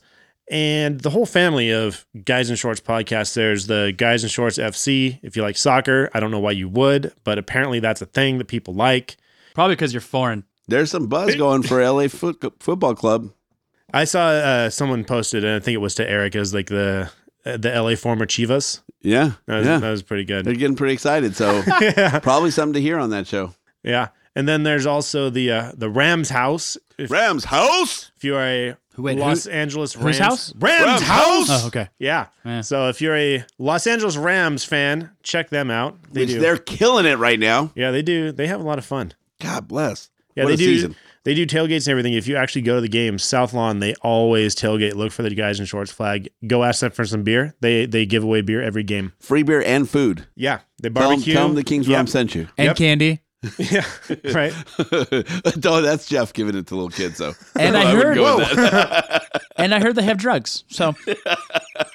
[SPEAKER 3] and the whole family of Guys in Shorts podcasts. There's the Guys in Shorts FC. If you like soccer, I don't know why you would, but apparently that's a thing that people like.
[SPEAKER 4] probably because you're foreign.
[SPEAKER 5] There's some buzz going for LA foot, Football Club.
[SPEAKER 3] I saw uh, someone posted, and I think it was to Eric, as like the uh, the LA former Chivas.
[SPEAKER 5] Yeah.
[SPEAKER 3] That was,
[SPEAKER 5] yeah.
[SPEAKER 3] that was pretty
[SPEAKER 5] They're
[SPEAKER 3] good.
[SPEAKER 5] getting pretty excited. So
[SPEAKER 3] yeah.
[SPEAKER 5] probably something to hear on that show.
[SPEAKER 3] yeah. And then there's also the uh, the Rams house. If,
[SPEAKER 5] Rams house.
[SPEAKER 3] if you're a
[SPEAKER 4] Wait, who-
[SPEAKER 3] Los Angeles Rams
[SPEAKER 4] whose house?
[SPEAKER 3] Rams,
[SPEAKER 5] Rams
[SPEAKER 3] house.
[SPEAKER 4] Oh, okay.
[SPEAKER 3] Yeah.
[SPEAKER 4] Yeah.
[SPEAKER 3] So if you're a Los Angeles Rams fan, check them out. They
[SPEAKER 5] Which
[SPEAKER 3] do.
[SPEAKER 5] they're killing it right now.
[SPEAKER 3] yeah, they do. They have a lot of fun.
[SPEAKER 5] God bless.
[SPEAKER 3] Yeah,
[SPEAKER 5] what
[SPEAKER 3] they
[SPEAKER 5] a
[SPEAKER 3] do.
[SPEAKER 5] season.
[SPEAKER 3] They do tailgates and everything. If you actually go to the game, South Lawn, they always tailgate. Look for the guys in shorts flag. Go ask them for some beer. They they give away beer every game.
[SPEAKER 5] Free beer and food.
[SPEAKER 3] Yeah, they
[SPEAKER 5] Tell 'em-
[SPEAKER 3] barbecue.
[SPEAKER 5] Tell them the King's
[SPEAKER 3] yeah.
[SPEAKER 5] Ram sent you.
[SPEAKER 4] And
[SPEAKER 3] Yep.
[SPEAKER 4] candy.
[SPEAKER 3] Yeah, right.
[SPEAKER 5] oh, that's Jeff giving it to little kids, though.
[SPEAKER 4] And
[SPEAKER 5] Oh,
[SPEAKER 4] I
[SPEAKER 5] wouldn't
[SPEAKER 4] heard.
[SPEAKER 5] go with that.
[SPEAKER 4] and I heard they have drugs. So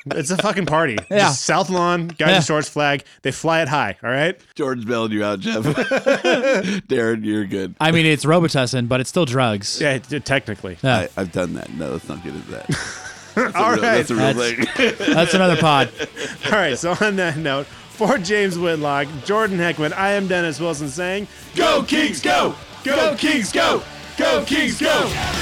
[SPEAKER 3] It's a fucking party.
[SPEAKER 4] Yeah.
[SPEAKER 3] Just South Lawn, guys
[SPEAKER 4] Yeah.
[SPEAKER 3] in shorts flag. They fly it high. All right.
[SPEAKER 5] Jordan's bailing you out, Jeff. Darren, you're good.
[SPEAKER 4] I mean, it's Robitussin, but it's still drugs.
[SPEAKER 3] Yeah, t- technically.
[SPEAKER 4] Yeah.
[SPEAKER 5] I, I've done that. No, let's not get into that. That's a
[SPEAKER 3] All
[SPEAKER 5] real-
[SPEAKER 3] right.
[SPEAKER 5] That's a real
[SPEAKER 4] That's-
[SPEAKER 5] thing.
[SPEAKER 4] That's another pod.
[SPEAKER 3] All right. So on that note, For James Whitlock, Jordan Heckman, I am Dennis Wilson saying,
[SPEAKER 5] Go Kings, go! Go Kings, go! Go Kings, go!